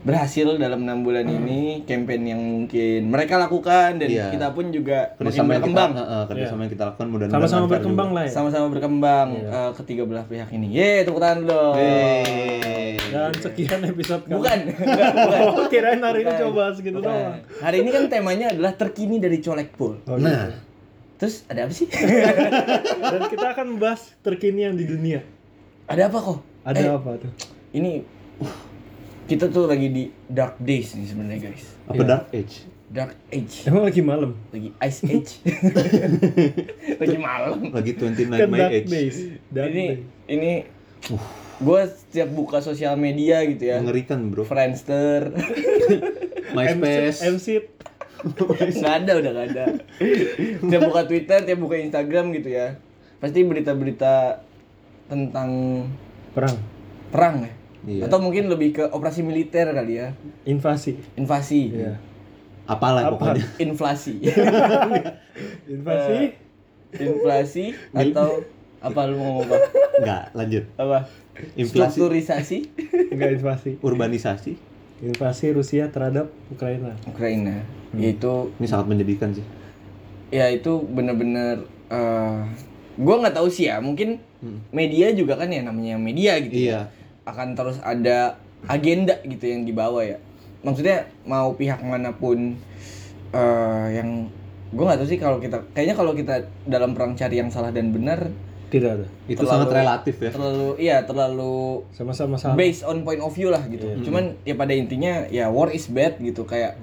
C: berhasil dalam enam bulan ini campaign yang mungkin mereka lakukan dan
A: Iya.
C: kita pun juga makin
A: Kerjasama yang kita,
C: berkembang
A: heeh, kerjasama yang kita lakukan mudah-mudahan
B: Iya. Sama-sama
A: manfaat
B: berkembang
A: juga.
B: lah ya.
C: sama-sama berkembang eh, ketiga belah pihak ini. Ye, tepuk tangan dong.
A: Yeay.
B: Dan sekian episode kali.
C: Bukan, enggak, bukan.
B: Oh, kirain hari ini
C: Bukan.
B: coba segitu
C: Bukan.
B: doang.
C: Hari ini kan temanya adalah terkini dari colek pool.
B: Oh,
A: Nah,
C: Terus ada apa sih?
B: iya. Dan kita akan membahas terkini yang di dunia.
C: ada apa kok?
B: Ada
C: Eh,
B: apa tuh?
C: ini uh, kita tuh lagi di dark days nih sebenarnya guys.
A: apa
B: Iya.
A: Dark Age?
C: Dark age,
B: Emang lagi malam.
C: lagi ice age, lagi malam.
A: Lagi 29
B: Kan
A: my
B: dark
A: age.
B: days. Dark
C: Ini
B: days. Uh.
C: ini gue setiap buka sosial media gitu ya,
A: Mengerikan, Bro.
C: Friendster,
A: MySpace.
B: MC
C: nggak ada udah nggak ada. Tiap buka Twitter, tiap buka Instagram gitu ya, pasti berita-berita tentang
B: perang,
C: perang ya,
A: Iya.
C: atau mungkin lebih ke operasi militer kali ya,
B: invasi.
C: invasi,
B: Iya.
A: Apalah
B: Apa?
A: pokoknya.
C: inflasi,
B: Invasi
C: inflasi atau apa lu mau ngomong apa?
A: Enggak, lanjut.
C: apa?
A: Inflasi.
C: Strukturisasi
B: enggak invasi.
A: Urbanisasi
B: Invasi Rusia terhadap Ukraina.
C: Ukraina.
A: Hmm.
C: Itu
A: ini sangat menyedihkan sih.
C: ya itu bener-bener eh gua nggak tahu sih ya mungkin media juga kan ya namanya media gitu ya.
A: Iya.
C: akan terus ada agenda gitu yang dibawa ya maksudnya mau pihak manapun eh, yang gue nggak tahu sih kalau kita kayaknya kalau kita dalam perang cari yang salah dan benar
B: Tidak ada.
A: Itu
C: Terlalu-
A: sangat relatif ya.
C: terlalu iya terlalu
B: Sama-sama salah.
C: based on point of view lah gitu. Cuman ya pada intinya ya war is bad gitu kayak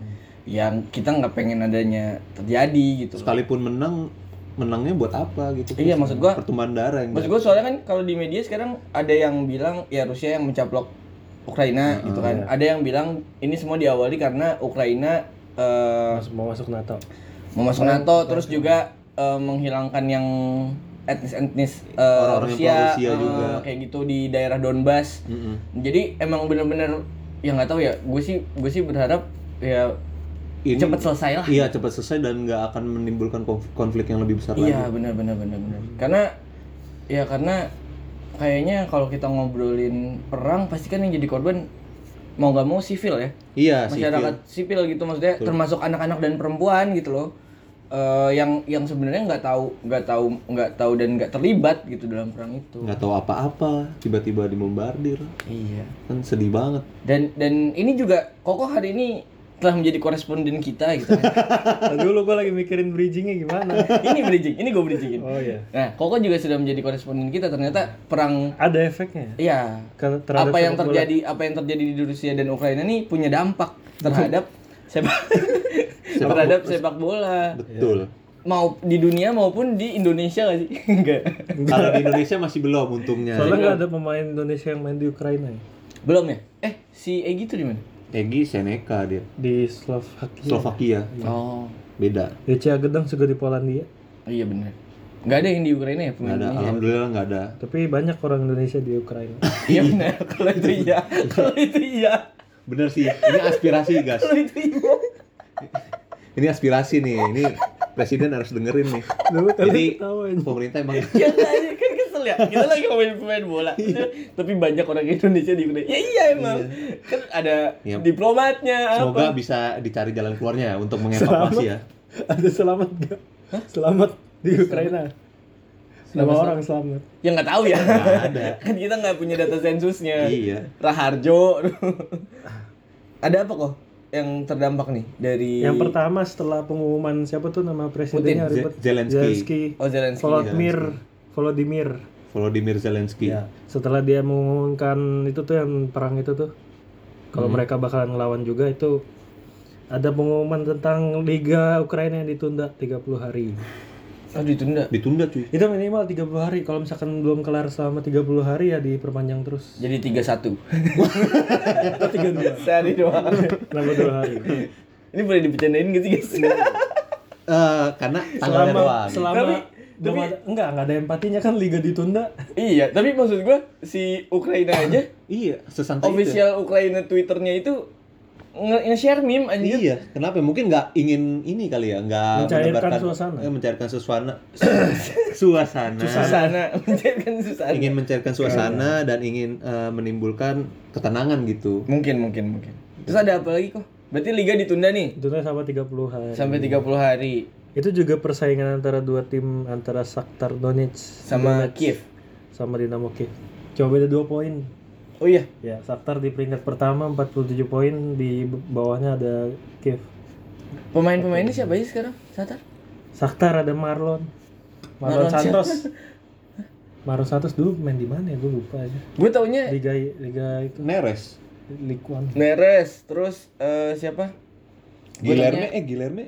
C: yang kita nggak pengen adanya terjadi gitu.
A: Sekalipun menang, menangnya buat apa gitu?
C: Iya, maksud gua-
A: pertumbuhan darah yang
C: Maksud gue soalnya kan kalau di media sekarang ada yang bilang ya Rusia yang mencaplok Ukraina
A: Ah,
C: gitu
A: iya.
C: kan. Ada yang bilang ini semua diawali karena Ukraina eh,
B: Mas- mau masuk NATO.
C: mau masuk
A: Iya,
C: NATO terus juga eh, menghilangkan yang etnis-etnis eh,
A: Orang-orang yang
C: Rusia,
A: pro-Rusia
C: eh,
A: juga. Hmm.
C: kayak gitu di daerah Donbas.
A: Mm-mm.
C: Jadi emang bener-bener ya nggak tahu ya. Gue sih gue sih berharap ya
A: Ini-
C: cepet selesai lah.
A: Iya cepat selesai dan nggak akan menimbulkan konf- konflik yang lebih besar
C: Iya
A: lagi.
C: benar benar benar benar. Karena ya karena kayaknya kalau kita ngobrolin perang pasti kan yang jadi korban mau nggak mau sivil ya.
A: Iya sih.
C: Masyarakat sipil gitu maksudnya termasuk anak-anak dan perempuan gitu loh. Eh, yang yang sebenarnya nggak tahu nggak tahu nggak tahu dan nggak terlibat gitu dalam perang itu.
A: Nggak tahu apa-apa, tiba-tiba dibombardir,
C: Iya.
A: kan sedih banget.
C: Dan dan ini juga Koko hari ini telah menjadi koresponden kita gitu. kan.
B: Dulu gua lagi mikirin bridgingnya gimana.
C: ini bridging, ini gue bridgingin.
B: Oh iya.
C: Nah, Koko juga sudah menjadi koresponden kita. Ternyata perang
B: Ada efeknya. ya?
C: Iya.
B: Ke- terhadap
C: Apa yang
B: sepak bola.
C: terjadi apa yang terjadi di Rusia dan Ukraina ini punya dampak terhadap sepak
A: Sepak
C: terhadap
A: bola.
C: sepak bola.
A: Betul.
C: Iya. Mau di dunia maupun di Indonesia nggak sih? Enggak.
A: Kalau di Indonesia masih belum untungnya.
B: Soalnya nggak ada pemain Indonesia yang main di Ukraina ya.
C: Belum ya? Eh, si Egy itu di mana?
A: Egi Seneca dia,
C: Iya.
B: Di Slovakia.
A: Slovakia,
C: Oh.
A: beda.
B: Ya Cia Gedang juga di Polandia.
C: Iya benar. Enggak ada yang di Ukraina ya
A: Nggak
C: pemain
A: ada,
C: Indonesia.
A: alhamdulillah nggak ada.
B: Tapi banyak orang Indonesia di Ukraina.
C: Iya benar. Kalau itu iya. Kalau itu iya.
A: Bener sih, ini aspirasi guys.
C: Kalau itu iya.
A: Ini aspirasi nih, ini presiden harus dengerin nih.
B: Lu tadi
A: Jadi
B: ketawa aja.
A: pemerintah emang
C: Ya nggak, ya kan kesel ya. Kita lagi ngomongin pemain bola.
A: Iya.
C: Tapi banyak orang Indonesia di Ukraina. Ya iya emang. Kan ada
A: Iya.
C: diplomatnya apa.
A: semoga bisa dicari jalan keluarnya untuk mengevakuasi ya.
B: ada selamat nggak? Selamat di Ukraina. Nama orang selamat.
C: Ya nggak tahu ya.
A: Nggak ada.
C: kan kita nggak punya data sensusnya.
A: Iya.
C: Raharjo. ada apa kok yang terdampak nih dari
B: Yang pertama setelah pengumuman siapa tuh nama presidennya
A: Putin.
B: ribet?
A: Ze- Zelensky.
C: Oh, Zelensky.
B: Volodymyr Volodymyr.
A: Volodymyr Zelensky.
B: Ya, setelah dia mengumumkan itu tuh yang perang itu tuh. Kalau mereka bakalan ngelawan juga itu ada pengumuman tentang liga Ukraina yang ditunda 30 hari.
C: Oh ditunda.
A: Ditunda cuy.
B: Itu minimal 30 hari. Kalau misalkan belum kelar selama 30 hari ya diperpanjang terus.
C: Jadi 31.
B: Oh, Tiga dua.
C: Sehari doang.
B: Kenapa dua hari?
C: Ini boleh dipecandain gak sih guys?
A: Iya. Eh, karena tanggalnya
B: Selama
A: doang.
B: selama
C: Tapi-
B: belum
C: tapi-
B: ada, enggak enggak ada empatinya kan liga ditunda.
C: iya, tapi maksud gua si Ukraina aja
A: Iya, sesantai itu.
C: official Ukraina Twitternya itu nge- nge-share meme anjir.
A: Iya, kenapa? ya? Mungkin nggak ingin ini kali ya, nggak
B: Mencairkan
A: menebarkan-
B: suasana.
A: eh, mencairkan suasana, suasana,
C: susana mencairkan susana
A: ingin mencairkan
B: Iya,
A: suasana dan ingin eh, menimbulkan ketenangan gitu.
C: mungkin mungkin mungkin terus ada apa lagi kok berarti liga ditunda nih
B: Ditunda sampai 30 hari.
C: sampai 30 hari
B: Itu juga persaingan antara dua tim antara Shakhtar Donetsk
C: sama
B: Donetsk
C: Kiev
B: sama Dinamo Kiev. Cuma beda 2 poin.
C: oh iya
B: Ya, Shakhtar di peringkat pertama 47 poin, di bawahnya ada Kiev.
C: pemain-pemainnya siapa aja sekarang Satar
B: Shakhtar ada Marlon.
C: Marlon
B: Marlon, Santos. Marlon Santos dulu main di mana ya? Gue lupa aja.
C: gue taunya
B: Liga Liga itu
A: Neres,
B: League One.
C: Neres terus eh, siapa Gua
A: Gilerme,
C: taunya-
A: eh Gilerme.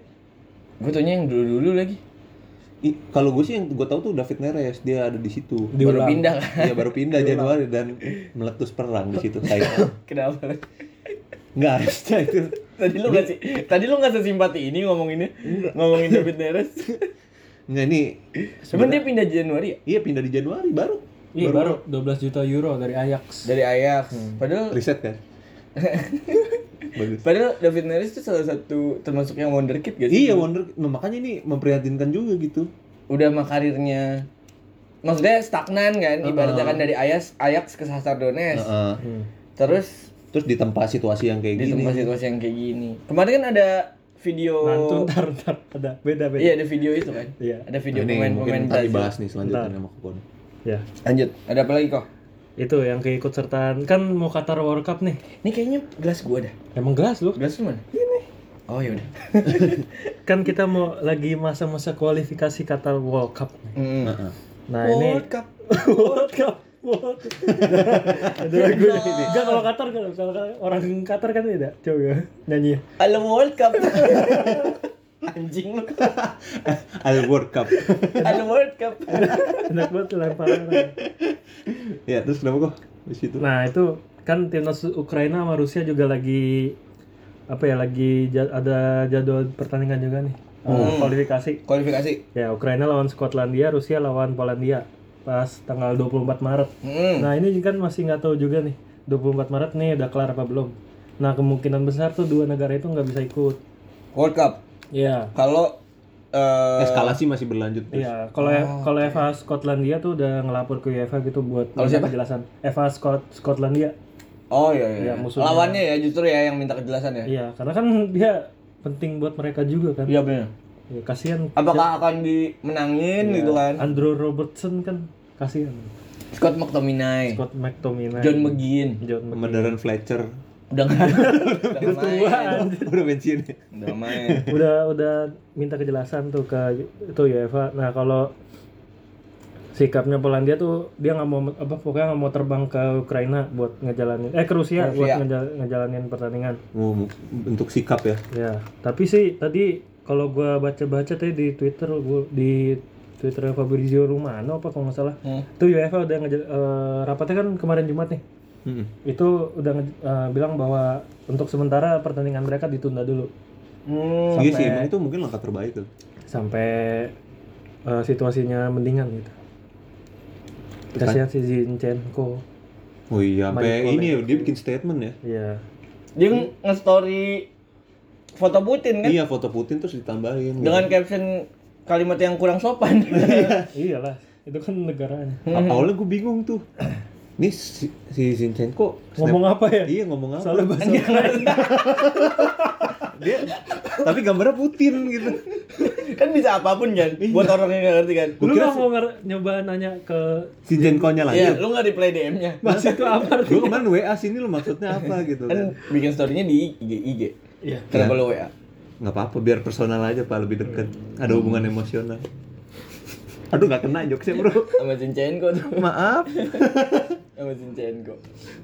C: gue taunya yang dulu-dulu lagi
A: I- Kalau gue sih yang gue tahu tuh David Neres, dia ada di situ.
C: baru pindah kan
A: Dia baru pindah Januari dan meletus perang di situ. Kayak
C: kenapa
A: nggak harusnya itu.
C: tadi lu nggak sih tadi lu nggak sesimpati ini ngomonginnya ngomongin David Neres
A: Nggak ini,
C: cuman dia pindah Januari ya
A: iya pindah di Januari baru.
B: Iya, baru 12 juta euro dari Ajax.
C: dari Ajax padahal
A: Riset kan. Bagus.
C: padahal David Neres itu salah satu termasuk yang wonderkid gak sih
A: Iya wonder, nah, makanya ini memprihatinkan juga gitu.
C: udah mah karirnya maksudnya stagnan kan ibaratnya kan dari Ajax Ajax ke Shakhtar Donetsk
A: Heeh.
B: Hmm.
C: terus
A: Terus ditempa situasi yang kayak
C: di
A: gini.
C: tempat situasi yang kayak gini kemarin kan ada video
B: Nanti ntar ntar ada beda beda.
C: iya ada video itu kan
B: Oh. Iya.
C: ada video
A: Nah, Ini mungkin
C: pemain-pemain
A: nanti
C: Brazil
A: dibahas nih selanjutnya sama Kokon.
B: Ya.
C: lanjut ada apa lagi kok
B: itu yang keikutsertaan kan mau Qatar World Cup nih
C: Ini kayaknya gelas gua dah.
B: emang gelas lu
C: Gelas lu mana? Oh ya udah.
B: kan kita mau lagi masa-masa kualifikasi Qatar World Cup nih. nah ini
C: World Cup.
B: World Cup World Cup. ada lagu ini Enggak, kalau Qatar kan kalau orang Qatar kan tidak coba nyanyi
C: Alam World Cup. Anjing lu.
A: Al World Cup.
C: Alam World Cup.
B: enak banget lemparan
A: ya terus kenapa kok di situ?
B: nah itu kan timnas Ukraina sama Rusia juga lagi apa ya lagi ja- ada jadwal pertandingan juga nih kualifikasi
C: Kualifikasi.
B: Ya, Ukraina lawan Skotlandia, Rusia lawan Polandia pas tanggal 24 Maret.
C: Hmm.
B: Nah, ini kan masih nggak tahu juga nih. 24 Maret nih udah kelar apa belum? Nah, kemungkinan besar tuh dua negara itu nggak bisa ikut.
C: World Cup.
B: Iya.
C: Kalau eh
A: Eskalasi masih berlanjut terus.
B: Iya, kalau kalau FA Skotlandia tuh udah ngelapor ke UEFA gitu buat
C: oh, Kalau
B: minta
C: siapa?
B: kejelasan. FA Skot Skotlandia.
C: oh iya iya.
B: Iya, musuhnya.
C: Lawannya ya justru ya yang minta kejelasan ya.
B: Iya, karena kan dia penting buat mereka juga kan.
C: Iya benar.
B: Ya, kasihan
C: Apakah akan dimenangin gitu kan?
B: Andrew Robertson kan kasihan.
C: Scott McTominay,
B: Scott McTominay.
C: John McGinn,
B: John
A: Sama Darren Fletcher.
C: udah nggak udah nggak main,
A: Udah pensiun ya.
C: udah nggak main.
B: udah udah minta kejelasan tuh ke itu UEFA. Nah kalau sikapnya Polandia tuh dia nggak mau apa pokoknya nggak mau terbang ke Ukraina buat ngejalanin eh ke Rusia,
C: Rusia.
B: buat ngejal- ngejalanin pertandingan.
A: Oh, bentuk sikap ya.
B: Ya tapi sih tadi kalau gua baca-baca tadi di Twitter gua, di Twitter Fabrizio Romano apa kalau nggak salah
C: Hmm.
B: itu UEFA udah ngejal, eh, rapatnya kan kemarin Jumat nih
A: Mm-mm.
B: itu udah nge- eh, bilang bahwa untuk sementara pertandingan mereka ditunda dulu
C: Hmm,
A: Iya sih,
C: sampai-
A: emang itu mungkin langkah terbaik tuh.
B: sampai eh, situasinya mendingan gitu. Kasihan si Zinchenko.
A: Oh iya, sampai
B: Manipolin.
A: ini ya dia bikin statement ya.
B: Iya.
C: dia nge-story foto Putin kan
A: Iya, foto Putin terus ditambahin. gitu.
C: dengan caption kalimat yang kurang sopan.
A: Eh.
B: Iyalah, itu kan negaranya.
A: Apa awalnya gue bingung tuh. Nih si, si Zinchenko snap-
B: Ngomong apa ya?
A: Iya ngomong apa?
B: Soalnya bahasa Ukraina.
A: Dia tapi gambarnya Putin gitu.
C: kan bisa apapun kan buat orang yang nggak ngerti kan.
B: Lu
A: kira
B: nggak mau nger- nyoba nanya ke
A: Zinchenko-nya
C: Iya,
A: lanjut.
C: lu nggak reply DM-nya.
B: masih itu apa?
A: Gue kemarin WA sini lo maksudnya apa gitu
C: Kan
A: kan.
C: bikin story-nya di IG, IG.
B: Iya.
C: Kenapa lu WA?
A: Nggak apa-apa biar personal aja Pak lebih deket. Ada hubungan emosional. Aduh nggak kena jokesnya bro.
C: Sama Zinchenko tuh,
A: Maaf.
C: sama Zinchenko.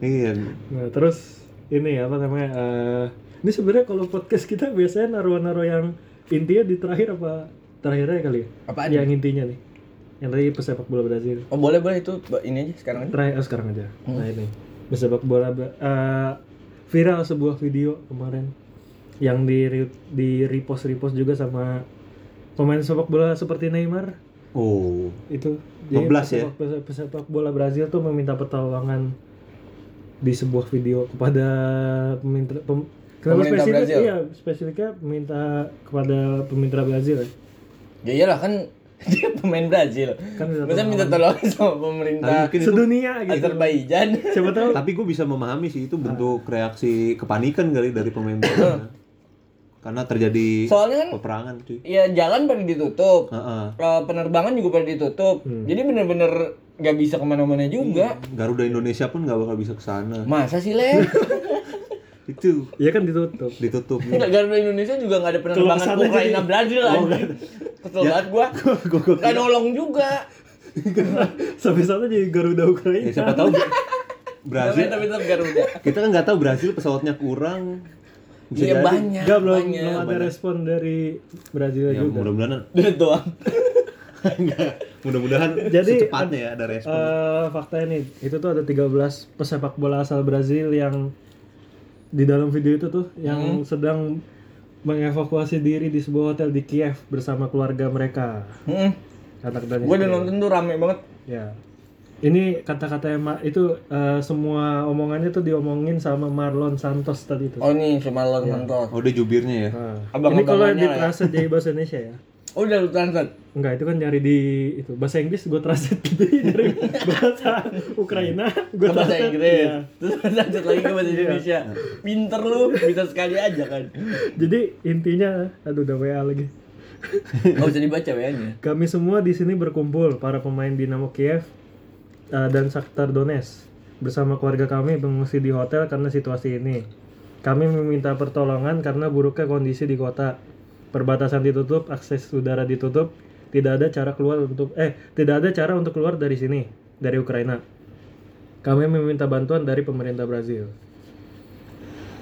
A: iya.
B: Nah, terus ini apa namanya? eh, ini sebenarnya kalau podcast kita biasanya naruh-naruh yang intinya di terakhir apa terakhirnya kali ya?
C: Apaan?
B: Yang intinya nih. Yang tadi pesepak bola Brazil.
C: Oh boleh boleh itu ini aja sekarang aja.
B: terakhir eh, sekarang aja nah ini bersepak bola Bra- eh, viral sebuah video kemarin yang di re- di repost repost juga sama pemain sepak bola seperti Neymar
A: Oh.
B: itu
A: 15 ya?
B: pesepak, pes- pesepak bola Brazil tuh meminta pertolongan di sebuah video kepada peminta pem- kenapa
C: Pemerintah
B: spesifik
C: Brazil?
B: iya spesifiknya minta kepada peminta Brazil ya
C: Ya iyalah kan dia pemain Brazil.
B: kan
C: Masa minta tolong sama pemerintah
A: Tapi mungkin itu
B: sedunia gitu
C: Azerbaijan.
B: siapa tahu
A: Nah, tapi gue bisa memahami sih itu bentuk reaksi kepanikan kali dari pemain bola. karena terjadi
C: Soalnya kan
A: peperangan cuy
C: ya jalan pada ditutup.
A: Heeh.
C: Eh, penerbangan juga pada ditutup. Jadi bener-bener gak bisa kemana-mana juga.
A: Garuda Indonesia pun nggak bakal bisa ke sana
C: Masa sih, Le?
A: itu
B: ya kan ditutup
A: ditutup
C: Garuda Indonesia juga gak ada penerbangan
B: Kalau kesana
C: Ukraina
B: jadi-
C: Brazil anjing. Oh, Kesel banget gua.
A: Gua- gua-
C: Gak nolong juga.
B: sampai sana jadi Garuda
C: Iya,
B: Ukraina
A: ya, siapa tahu
C: Tapi
A: Brazil
C: tapi tetap Garuda.
A: kita kan nggak tahu Brazil pesawatnya kurang bisa
C: Iya
A: jadi
C: banyak.
B: Enggak belum,
C: banyak.
B: belum ada respon dari Brazil
A: ya
B: juga.
A: mudah-mudahan
C: Duit doang.
A: Nggak. mudah-mudahan
B: Jadi,
A: secepatnya ya ada respon
B: Eh, faktanya nih, itu tuh ada 13 pesepak bola asal Brazil yang di dalam video itu tuh
C: Hmm.
B: yang sedang mengevakuasi diri di sebuah hotel di Kiev bersama keluarga mereka.
C: Heeh.
B: Kata-katanya.
C: Gua udah
B: seperti
C: nonton tuh rame banget.
B: itu. Ya. Ini kata-kata yang ma- itu eh, semua omongannya tuh diomongin sama Marlon Santos tadi itu.
C: Oh nih, sama lo nonton.
A: oh dia jubirnya ya
B: Nah,
C: Abang
B: ini kalau
C: abangnya
B: di
C: lah ya.
B: translate jadi bahasa Indonesia ya.
C: Oh, udah lu translate.
B: Enggak, itu kan nyari di itu bahasa Inggris gue translate jadi dari bahasa Ukraina gue
C: Ke bahasa
B: translate
C: Inggris.
B: iya.
C: Terus lanjut lagi ke bahasa Indonesia. Pinter lu, bisa sekali aja kan.
B: Jadi intinya aduh udah WA lagi.
C: Gak usah dibaca WA-nya.
B: Kami semua di sini berkumpul para pemain Dinamo Kiev eh, dan Shakhtar Donetsk Bersama keluarga kami mengungsi di hotel karena situasi ini. Kami meminta pertolongan karena buruknya kondisi di kota. Perbatasan ditutup, akses udara ditutup, tidak ada cara keluar untuk eh tidak ada cara untuk keluar dari sini, dari Ukraina. Kami meminta bantuan dari pemerintah Brazil.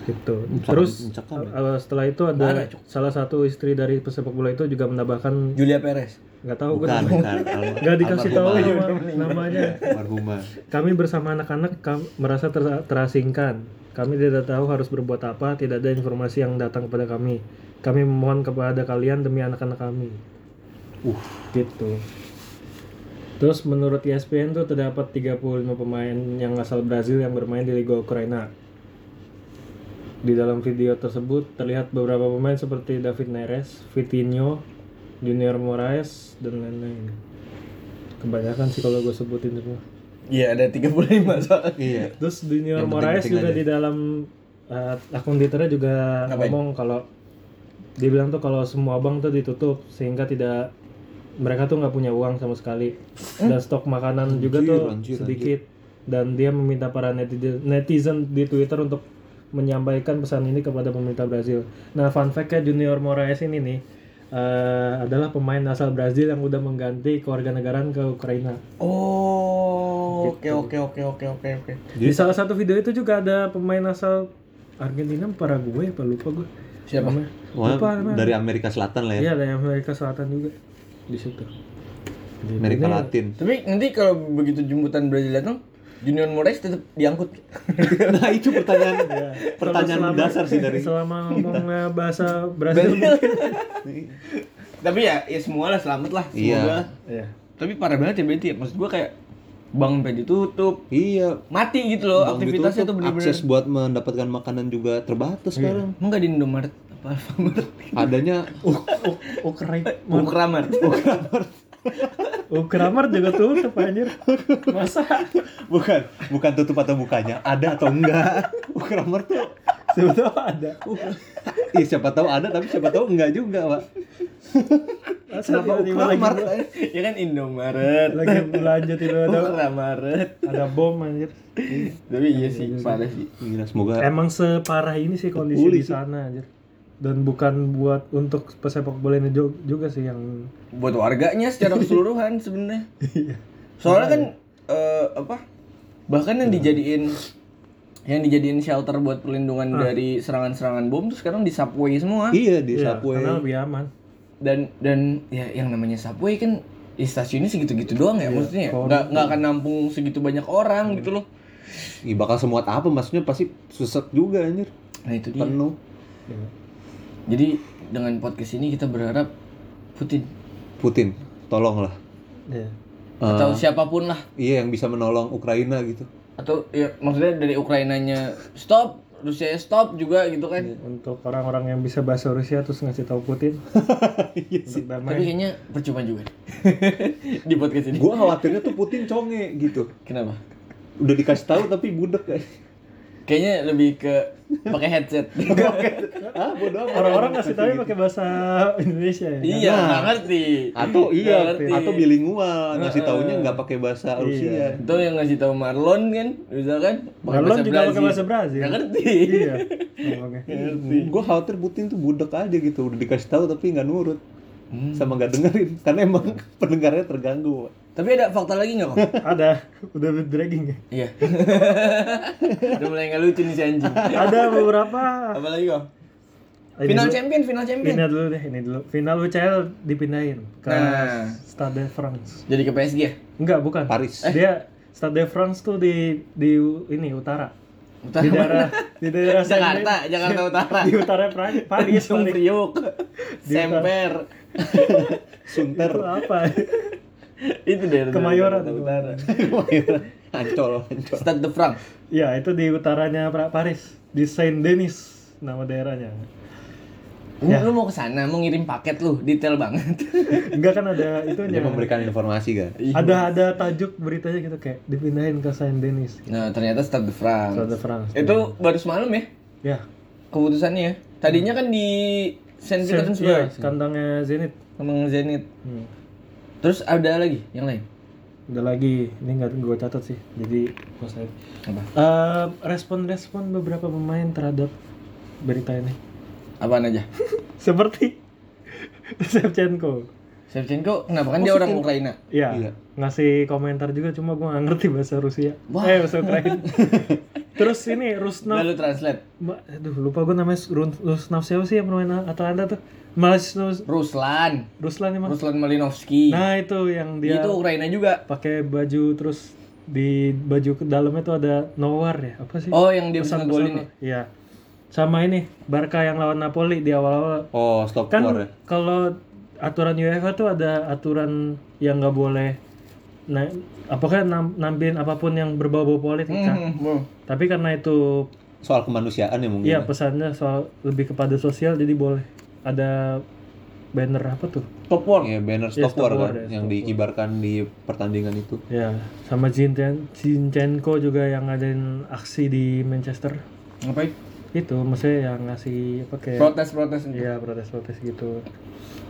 B: Gitu. Terus
A: mencekam ya?
B: eh, setelah itu ada salah satu istri dari pesepak bola itu juga menambahkan
C: Julia Perez.
B: nggak tahu gue
A: bukan bukan Al-
B: nggak dikasih tahu
A: almarhumah.
B: ya,
A: Iya,
B: nama- namanya.
A: almarhumah
B: Kami bersama anak-anak kam- merasa ter- terasingkan. Kami tidak tahu harus berbuat apa, tidak ada informasi yang datang kepada kami. Kami memohon kepada kalian demi anak-anak kami.
A: Uh.
B: Gitu. Terus menurut E ESPN tuh terdapat 35 pemain yang asal Brazil yang bermain di Liga Ukraina. Di dalam video tersebut terlihat beberapa pemain seperti David Neres, Vitinho, Junior Moraes, dan lain-lain. Kebanyakan sih kalau gue sebutin semua.
C: Iya, ada 35 soalnya.
A: iya
B: Terus Junior
A: Yang penting
B: Moraes
A: penting
B: juga
A: aja.
B: di dalam uh, akun Twitternya juga
C: Ngapain?
B: ngomong kalau dia bilang tuh kalau semua bank tuh ditutup sehingga tidak mereka tuh nggak punya uang sama sekali dan stok makanan juga
A: Eh? Anjir,
B: tuh
A: anjir,
B: sedikit dan dia meminta para netizen, netizen di Twitter untuk menyampaikan pesan ini kepada pemerintah Brazil. Nah, fun fact-nya Junior Moraes ini nih eh, adalah pemain asal Brazil yang udah mengganti kewarganegaraan ke Ukraina.
C: Oh, oke oke oke oke oke oke.
B: Di salah satu video itu juga ada pemain asal Argentina Paraguay apa lupa gue.
C: Siapa?
B: Namanya.
A: Wah,
B: Lupa namanya.
A: dari Amerika Selatan lah ya
B: Iya dari Amerika Selatan juga di situ. Jadi
A: Amerika
B: ini-
A: Latin
C: Tapi nanti kalau begitu jemputan Brazil datang, Junior Moraes tetap diangkut.
A: nah itu pertanyaan
B: Iya.
A: pertanyaan
B: Kalau selama-
A: dasar sih dari
B: selama ngomongnya bahasa Brazil.
C: Tapi ya, ya semua lah selamat lah.
A: Iya.
C: Semoga.
B: Iya.
C: Tapi parah banget ya Benti. Maksud gua kayak bank sampai ditutup,
A: iya
C: mati gitu loh
A: Bang
C: aktivitasnya
A: ditutup,
C: tuh bener-bener.
A: akses buat mendapatkan makanan juga
B: Iya.
A: terbatas sekarang
C: Emang nggak di Indomaret apa Alfamart?
A: adanya uh,
B: Ukraina.
C: Ukramart.
B: Ukramar juga tutup anjir. Masa
A: bukan bukan tutup atau bukanya ada atau enggak Ukramer tuh
B: sebetulnya ada.
A: Ih, siapa tahu ada tapi siapa tahu enggak juga pak
B: Masa
A: kenapa
B: Iya,
A: uh,
B: tiba-tiba lagi-
A: Ukramer
C: ya kan Indomaret.
B: Lagi lanjut itu ada
C: Ukramart.
B: ada bom anjir.
C: Tapi iya sih, parah sih.
A: Gila, semoga
B: Emang separah ini sih kondisi
A: Uli
B: di sana anjir. Dan bukan buat untuk pesepak bola ini ju- juga sih yang
C: buat warganya secara keseluruhan sebenarnya. Soalnya kan eh, apa? Bahkan yang dijadiin yang dijadiin shelter buat perlindungan dari serangan-serangan bom tuh sekarang di subway semua.
A: iya di
B: Iya,
A: Subway
B: karena lebih aman.
C: Dan dan ya yang namanya subway kan ya stasiunnya segitu-gitu doang ya maksudnya. ya.
B: kalau-
C: Nggak nggak akan nampung segitu banyak orang gitu loh.
A: Ih, bakal semuat apa maksudnya pasti susah juga anjir
C: Nah itu dia.
B: Iya.
A: penuh
C: Jadi dengan podcast ini kita berharap Putin
A: Putin tolonglah
B: Iya.
A: Eh,
C: atau siapapun lah
A: iya yang bisa menolong Ukraina gitu
C: atau ya maksudnya dari Ukrainanya stop Rusia stop juga gitu kan.
B: Untuk orang-orang yang bisa bahasa Rusia terus ngasih tahu Putin. Untuk
C: Tapi
B: damai.
C: kayaknya percuma juga di podcast ini.
A: gua khawatirnya tuh Putin conge gitu
C: Kenapa?
A: udah dikasih tahu tapi budek kan
C: Kayaknya lebih ke pakai headset.
A: ah bodoh amat. gitu.
B: Orang-orang ngasih tahu pakai bahasa Indonesia ya.
C: iya, nggak ngerti.
A: atau iya
C: Ngerti.
A: atau bilingual ngasih taunya nggak pakai
B: Iya,
A: bahasa Rusia
C: Itu yang ngasih tahu Marlon kan, misalkan
B: Marlon juga pakai bahasa Brazil.
C: Nggak ngerti.
B: Iya. ngomongnya.
A: gue khawatir Putin tuh budek aja gitu udah dikasih tahu tapi nggak nurut
B: Hmm.
A: sama nggak dengerin karena emang pendengarnya terganggu Pak.
C: Tapi ada fakta lagi nggak kok?
B: Ada udah dragging ya.
C: iya. Udah mulai nggak lucu nih si anjing.
B: Ada beberapa.
C: Apa lagi kok?
B: Ini
C: Final
B: dulu-
C: champion, final champion.
B: Ini dulu deh, ini dulu. Final UCL dipindahin ke
C: Nah.
B: Stade de France.
C: Jadi ke PSG ya?
B: Enggak, bukan. Eh,
A: Paris
B: Dia Stade de France tuh di di ini utara.
C: Utara
B: di daerah di daerah
C: Jakarta,
B: Saint-Denis.
C: Jakarta Utara.
B: Di utara Pra- Paris.
C: Tanjung
B: Paris.
C: Priok,
B: Di utara.
C: Semper,
A: Sunter
B: Itu apa?
C: itu daerah
B: Kemayoran.
C: Jakarta Utara.
A: ancol ancol
C: Stade de France.
B: Ya, itu di utaranya Pra- Paris, di Saint Denis nama daerahnya.
C: Lu- Uh,
B: Ya.
C: Lu mau ke sana, mau ngirim paket lu, detail banget.
B: Enggak kan ada
A: dia
B: itunya.
A: memberikan informasi kan
B: Ada ada tajuk beritanya gitu kayak dipindahin ke Saint Denis.
C: Nah, ternyata Stade de France.
B: Stade de France.
C: Itu baru semalam ya
B: Ya.
C: keputusannya. Tadinya kan di Saint
B: Saint,
C: Petersburg
B: iya, kandangnya Zenit.
C: sama Zenit.
B: Hmm.
C: Terus ada lagi yang lain.
B: Ada lagi, ini nggak gue catat sih. Jadi gue save.
C: Apa?
B: Eh, Respon-respon beberapa pemain terhadap berita ini.
C: Apaan aja?
B: Seperti Shevchenko.
C: Shevchenko kenapa kan dia orang Ukraina?
B: Ya,
A: Iya.
B: ngasih komentar juga cuma gue nggak ngerti bahasa Rusia.
C: Wah.
B: Eh, bahasa Ukraina. Terus ini Rusnov
C: Lalu translate.
B: Ma- aduh lupa gue namanya Run- Rusnov siapa sih yang bermain Atalanta tuh Mas
C: Ruslan,
B: Ruslan ya mas
C: Ruslan Malinovsky.
B: nah itu yang
C: Oh,
B: dia
C: iya. Itu Ukraina juga.
B: pakai baju terus di baju ke dalamnya tuh ada Nowar ya apa sih
C: Oh, yang dia bisa ngegolin.
B: Pesan-pesan lo. iya sama ini Barca yang lawan Napoli di awal-awal
A: Oh, stop
B: kan
A: keluar ya.
B: kalau aturan UEFA tuh ada aturan yang nggak boleh nah apakah nam- nampilin apapun yang berbau-bau politik kan?
C: Hmm, hmm.
B: tapi karena itu
A: Soal kemanusiaan ya mungkin.
B: Iya pesannya soal lebih kepada sosial jadi boleh ada banner apa tuh?
C: Top war.
A: Ya, banner
B: Iya,
A: stop war
B: stop war
A: kan
B: ya,
A: yang
B: stop war.
A: dikibarkan di pertandingan itu.
B: Ya sama Jinten, Zinchenko juga yang ngadain aksi di Manchester
C: Ngapain?
B: itu maksudnya yang ngasih apa kayak
C: Protes, protes.
B: Iya protes-protes gitu.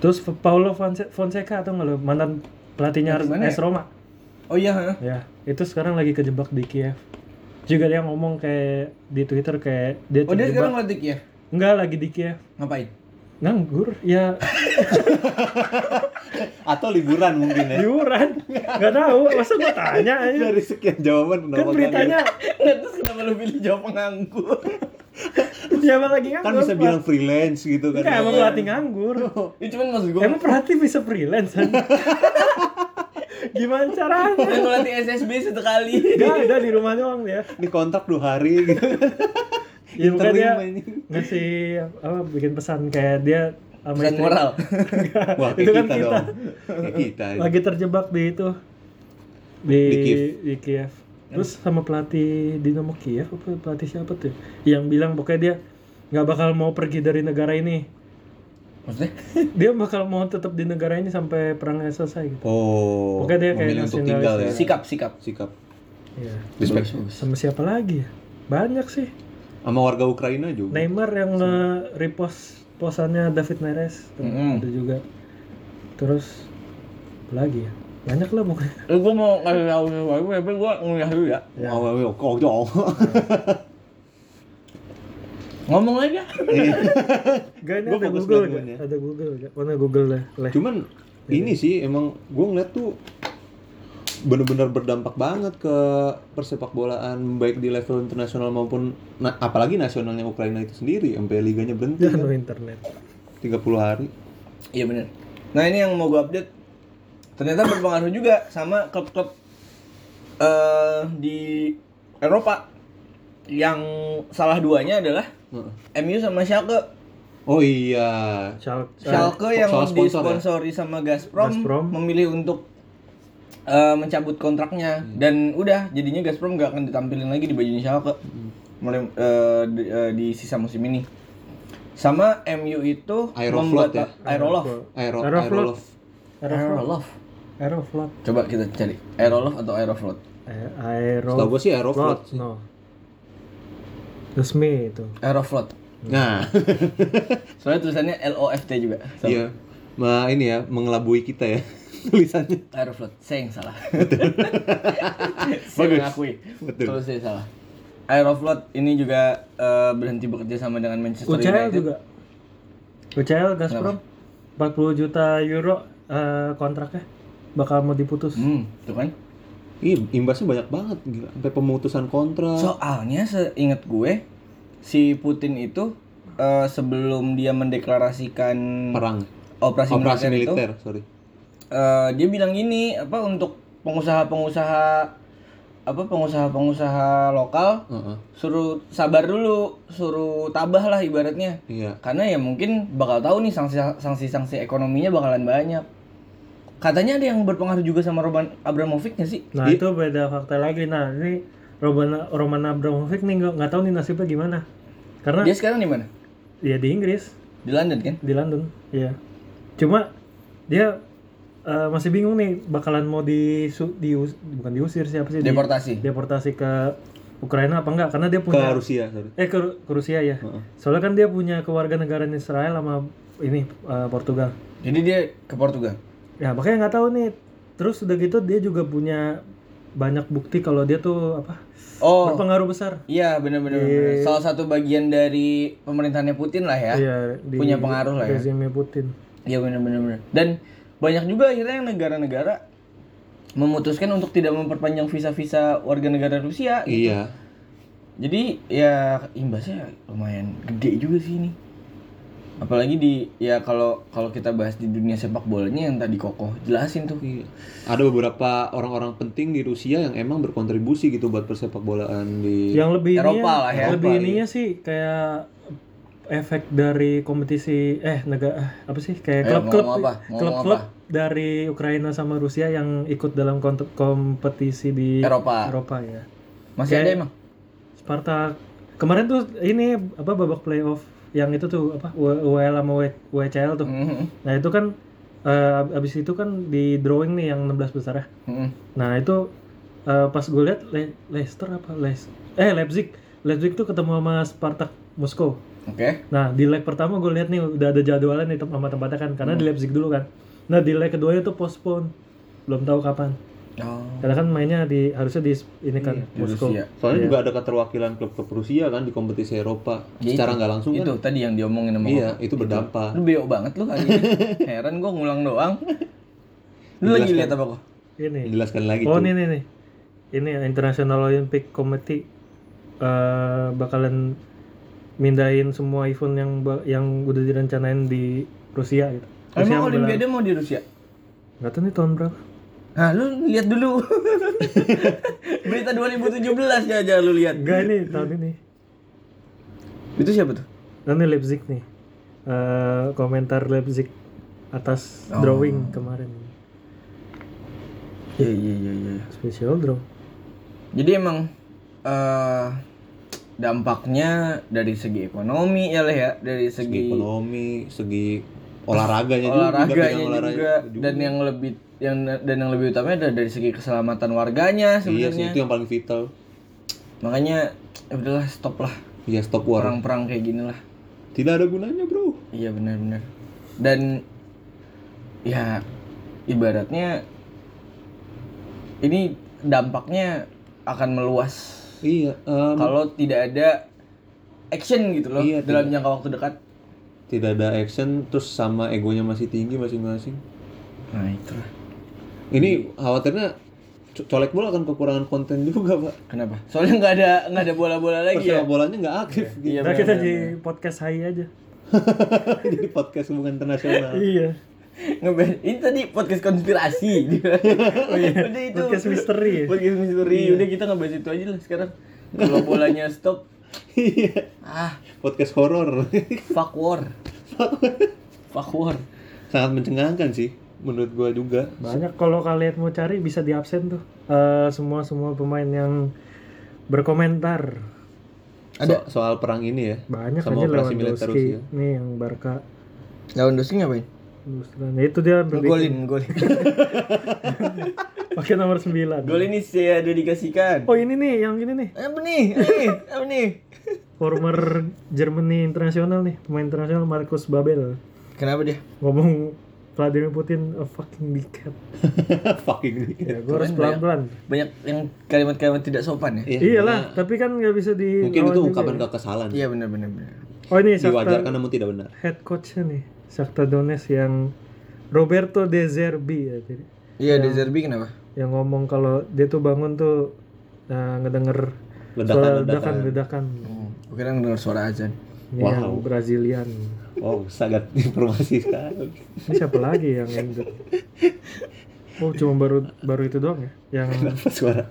B: Terus F- Paulo Fonse- Fonseca atau nggak lo mantan pelatihnya
C: Pelatih mana
B: AS Roma?
C: Oh iya, ha?
B: Ya itu sekarang lagi kejebak di Kiev. Juga dia ngomong kayak di Twitter kayak dia
C: Oh dia
B: terjebak.
C: sekarang ngelatih ya?
B: Nggak lagi di Kiev.
C: Ngapain?
B: Nganggur ya
A: Atau liburan mungkin ya.
B: liburan nggak tahu masa gua tanya aja
A: Dari sekian jawaban
B: kan
A: kenapa
B: beritanya
C: Nggak, terus kenapa lu pilih jawab penganggur?
B: siapa lagi
A: kalian? kan
B: nganggur
A: bisa
B: Pak?
A: bilang freelance gitu kan.
B: Nggak, Iya, emang pelatih nganggur
C: Ya cuman maksud gue,
B: emang pelatih bisa freelance kan? gimana caranya
C: dia ngelatih SSB sekali
B: Gak ada di rumah doang dia
A: Ini kontrak dua hari gitu.
B: ya makanya
A: Interview
B: dia
A: mainnya.
B: ngasih apa bikin pesan kayak dia sama
C: Pesan
B: istri-
C: moral
A: Wah,
B: Itu
A: kayak
B: kan
A: kita,
B: kita.
A: dong. Kayak kita.
B: lagi terjebak di itu di
A: Di Kiev.
B: di Kiev. Terus sama pelatih Dinamo Kiev apa pelatih siapa tuh? Yang bilang pokoknya dia nggak bakal mau pergi dari negara ini.
C: Maksudnya?
B: Dia bakal mau tetap di negara ini sampai perangnya selesai gitu.
A: Oh.
B: Pokoknya dia kayak
A: memilih untuk
B: nasionalis
A: tinggal ya.
B: ya.
C: Sikap, sikap
A: Sikap.
B: Iya.
A: Respect.
B: Sama siapa lagi ya? Banyak sih.
A: Sama warga Ukraina juga.
B: Neymar yang nge-repost posannya David Neres tuh,
C: Mm-mm.
B: itu juga. Terus apa lagi ya? Banyak lah pokoknya.
C: Eh, gue mau ngasih tau sesuatu, tapi gue nguliah dulu ya
B: Ya.
A: Oh, oh, oh, kok dong.
C: Ngomong aja
B: Gak ini
A: Gua
B: ada
A: fokus liat
B: Google, gak?
A: duluan ya.
B: ada Google, gak? mana Google lah. Leh.
A: Cuman ini
C: Iya.
A: sih emang gue ngeliat tuh bener-bener berdampak banget ke persepak bolaan baik di level internasional maupun na- apalagi nasionalnya Ukraina itu sendiri sampai liganya berhenti
B: Jangan no kan internet.
A: 30 hari
C: Iya bener Nah ini yang mau gue update Ternyata berpengaruh juga sama klub-klub eh, di Eropa Yang salah duanya adalah
A: Heeh.
C: MU sama Schalke
A: oh iya
B: Shal-
C: Schalke yang
A: soal sponsor ya?
C: disponsori sama Gazprom,
B: Gazprom.
C: memilih untuk eh, mencabut kontraknya
A: Hmm.
C: dan udah jadinya Gazprom nggak akan ditampilin lagi di bajunya Schalke
A: Hmm.
C: mulai eh, di, eh, di sisa musim ini. Sama MU itu
A: Aeroflot ya?
C: Aeroloft.
A: Aero,
B: Aeroflot.
A: Aerolove
B: Aeroflot. Aeroflot.
C: Coba kita cari Aeroloft atau Aeroflot.
B: Eh, Aero.
A: Setahu gua sih Aeroflot sih.
B: No. Resmi itu.
C: Aeroflot.
A: nah
C: Soalnya tulisannya LOFT juga. So,
A: iya ma ini ya mengelabui kita ya tulisannya
C: Aeroflot. Saya yang salah. saya
A: Bagus.
C: mengakui.
A: Betul.
C: Terus saya salah. Aeroflot ini juga eh, berhenti bekerja sama dengan Manchester
B: UCL
C: United.
B: juga. UCL Gazprom 40 juta euro eh, kontraknya bakal mau diputus.
C: Hmm, tuh kan.
A: Ih, imbasnya banyak banget gila sampai pemutusan kontrak
C: Soalnya seingat gue si Putin itu eh, sebelum dia mendeklarasikan
A: perang
C: operasi,
A: operasi
C: militer, itu,
A: militer, sorry
C: eh, dia bilang gini, apa untuk pengusaha-pengusaha apa pengusaha-pengusaha lokal
A: Heeh.
C: suruh sabar dulu, suruh tabah lah ibaratnya.
A: iya
C: Karena ya mungkin bakal tahu nih sanksi sanksi sanksi ekonominya bakalan banyak. Katanya ada yang berpengaruh juga sama Roman Abramovich nggak sih?
B: Nah,
A: Iya.
B: itu beda fakta lagi. Nah, ini Roman Roman Abramovich nih nggak nggak tahu nih nasibnya gimana. Karena
C: Dia sekarang di mana?
B: ya di Inggris,
C: Di London kan?
B: di London, ya. Cuma dia eh, masih bingung nih bakalan mau di, di bukan diusir siapa sih? Di-
C: Deportasi.
B: deportasi ke Ukraina apa enggak karena dia
A: ke
B: punya
A: Rusia sorry
B: eh ke, Ru- ke Rusia ya
A: Heeh.
B: soalnya kan dia punya kewarganegaraan Israel sama ini eh, Portugal
C: Jadi dia ke Portugal.
B: ya makanya nggak tahu nih Terus udah gitu dia juga punya banyak bukti kalau dia tuh apa
C: Oh,
B: berpengaruh besar.
C: iya benar-benar. benar. Salah satu bagian dari pemerintahannya Putin lah ya.
B: Iya, di
C: Punya pengaruh lah ya.
B: rezimnya Putin.
C: Iya benar-benar. benar. Dan banyak juga akhirnya yang negara-negara memutuskan untuk tidak memperpanjang visa-visa warga negara Rusia. gitu.
A: Iya.
C: Jadi ya imbasnya lumayan gede juga sih ini. Apalagi di ya kalau kalau kita bahas di dunia sepak bolanya yang tadi kokoh jelasin tuh.
A: Iya. Ada beberapa orang-orang penting di Rusia yang emang berkontribusi gitu buat persepak bolaan di
B: Yang lebih
C: Eropa
B: ininya-
C: lah ya,
B: Lebih
C: Eropa,
B: ininya sih kayak efek dari kompetisi eh negara apa sih kayak
C: Ayo,
B: klub-klub
C: ngomong Eh, apa? Ngomong
B: klub-klub
C: apa?
B: dari Ukraina sama Rusia yang ikut dalam kont- kompetisi di
C: Eropa.
B: Eropa ya.
C: Masih ada
B: Kayak-
C: emang?
B: Spartak kemarin tuh ini apa babak playoff yang itu tuh apa U- UEL sama W- WCL tuh.
C: Mhm,
B: Nah, itu kan eh, abis itu kan di drawing nih yang 16 besar ya.
C: mhm.
B: Nah itu eh, pas gue lihat Le- Leicester apa Les eh Leipzig Leipzig tuh ketemu sama Spartak Moskow.
C: Oke.
B: Nah di leg pertama gue lihat nih udah ada jadwalnya nih tem- sama tempatnya kan karena di
C: Hmm.
B: Leipzig dulu kan. Nah di leg keduanya tuh postpone belum tahu kapan.
C: Oh,
B: Karena kan mainnya di harusnya di ini kan
C: Iya, di
B: Moskow.
C: Rusia.
A: Soalnya juga ada keterwakilan klub-klub Rusia kan di kompetisi Eropa.
C: Ya,
A: Secara
C: itu.
A: nggak langsung
C: Itu
A: kan.
C: tadi yang diomongin sama
A: Iya,
C: kokoh.
A: itu berdampak.
C: Lu beo banget lu hari ini. Heran gua ngulang doang. Lu lagi lihat apa kok?
B: Ini.
A: Jelaskan lagi
B: Oh
A: tuh.
B: ini nih nih. Ini International Olympic Committee eh, bakalan mindahin semua event yang ba- yang udah direncanain di Rusia gitu. Rusia
C: Emang
B: menggelar-
C: Olimpiade mau di Rusia?
B: Nggak tahu nih tahun berapa.
C: Nah, lu lihat dulu. Berita 2017 ya aja lu lihat.
B: Enggak ini tahun ini.
C: Itu siapa tuh?
B: Ini Leipzig nih. Eh, komentar Leipzig atas drawing kemarin.
C: Iya, iya, iya, iya.
B: Special draw.
C: Jadi emang eh dampaknya dari segi ekonomi ya lah ya, dari
A: segi
C: segi,
A: ekonomi, segi olahraganya juga,
C: olahraganya
A: bidang
C: juga,
A: olahraga Iya
C: dan yang lebih yang dan yang lebih utamanya adalah dari segi keselamatan warganya
A: iya sih,
C: sebenarnya.
A: itu yang paling vital.
C: Makanya ya udahlah stop lah
A: Iya, stop war.
C: perang-perang kayak gini lah.
A: Tidak ada gunanya, Bro.
C: Iya benar-benar. Dan ya ibaratnya ini dampaknya akan meluas
A: Iya, em,
C: kalau tidak ada action gitu loh
A: Iya,
C: dalam jangka waktu dekat.
A: tidak ada action terus sama egonya masih tinggi masing-masing.
C: Nah itulah.
A: Ini
C: Iya.
A: khawatirnya co- colek bola akan kekurangan konten juga, Pak.
C: Kenapa? Soalnya nggak ada nggak ada bola-bola lagi ya.
A: Persepak bolanya nggak aktif gitu.
C: Iya
B: Nah, kita
C: benar.
B: di podcast Hai aja.
A: jadi podcast hubungan internasional.
B: Iya.
C: Ngeband. Ini tadi podcast konspirasi. oh, iya. Udah itu.
B: Podcast misteri ya?
C: Podcast misteri. Iya. Udah kita ngebahas itu aja lah sekarang. Kalau bolanya stop.
A: Iya,
C: Ah,
A: podcast horor.
C: fuck war. fuck war.
A: Sangat mencengangkan sih menurut gua juga.
B: Banyak kalau kalian mau cari bisa di absen tuh. Eh, semua semua pemain yang berkomentar
A: Ada soal perang ini ya.
B: banyak
A: Sama
B: aja
A: operasi militer
B: Lewandowski.
A: Rusia.
B: Nih yang Barca.
C: Lewandowski ngapain?
B: Nah, itu dia hampir di-
C: Golin, golin.
B: pakai nomor 9.
C: Golin ini saya dedikasikan.
B: Oh, ini nih yang ini nih.
C: Apa nih? Apa nih? Apa nih?
B: Former Germany internasional nih, pemain internasional Markus Babel.
C: Kenapa dia?
B: ngomong Vladimir Putin a fucking dickhead.
A: Fucking nih.
B: Ya, gue harus pelan-pelan.
C: Banyak yang kalimat-kalimat tidak sopan ya.
A: Iya,
B: Iyalah, tapi kan nggak bisa di.
A: Mungkin itu
B: lawan juga
A: ungkapan
B: ya.
A: kekesalan.
C: Iya benar benar benar.
B: Oh ini
A: Diwajarkan
B: Shakhtar
A: namun tidak benar.
B: head coachnya nih, Shakhtar Donetsk yang Roberto De Zerbi ya, jadi.
C: Iya, De Zerbi kenapa?
B: yang ngomong kalau dia tuh bangun tuh nah, ngedenger suara
A: Ledakan-ledakan.
B: ledakan-ledakan
C: Hmm, gue kira dengar suara azan.
B: Ini Iya, yang Brazilian.
A: Oh, sangat informasi sekali.
B: Ini siapa lagi yang yang Oh, cuma baru baru itu doang ya yang
A: Apa suara?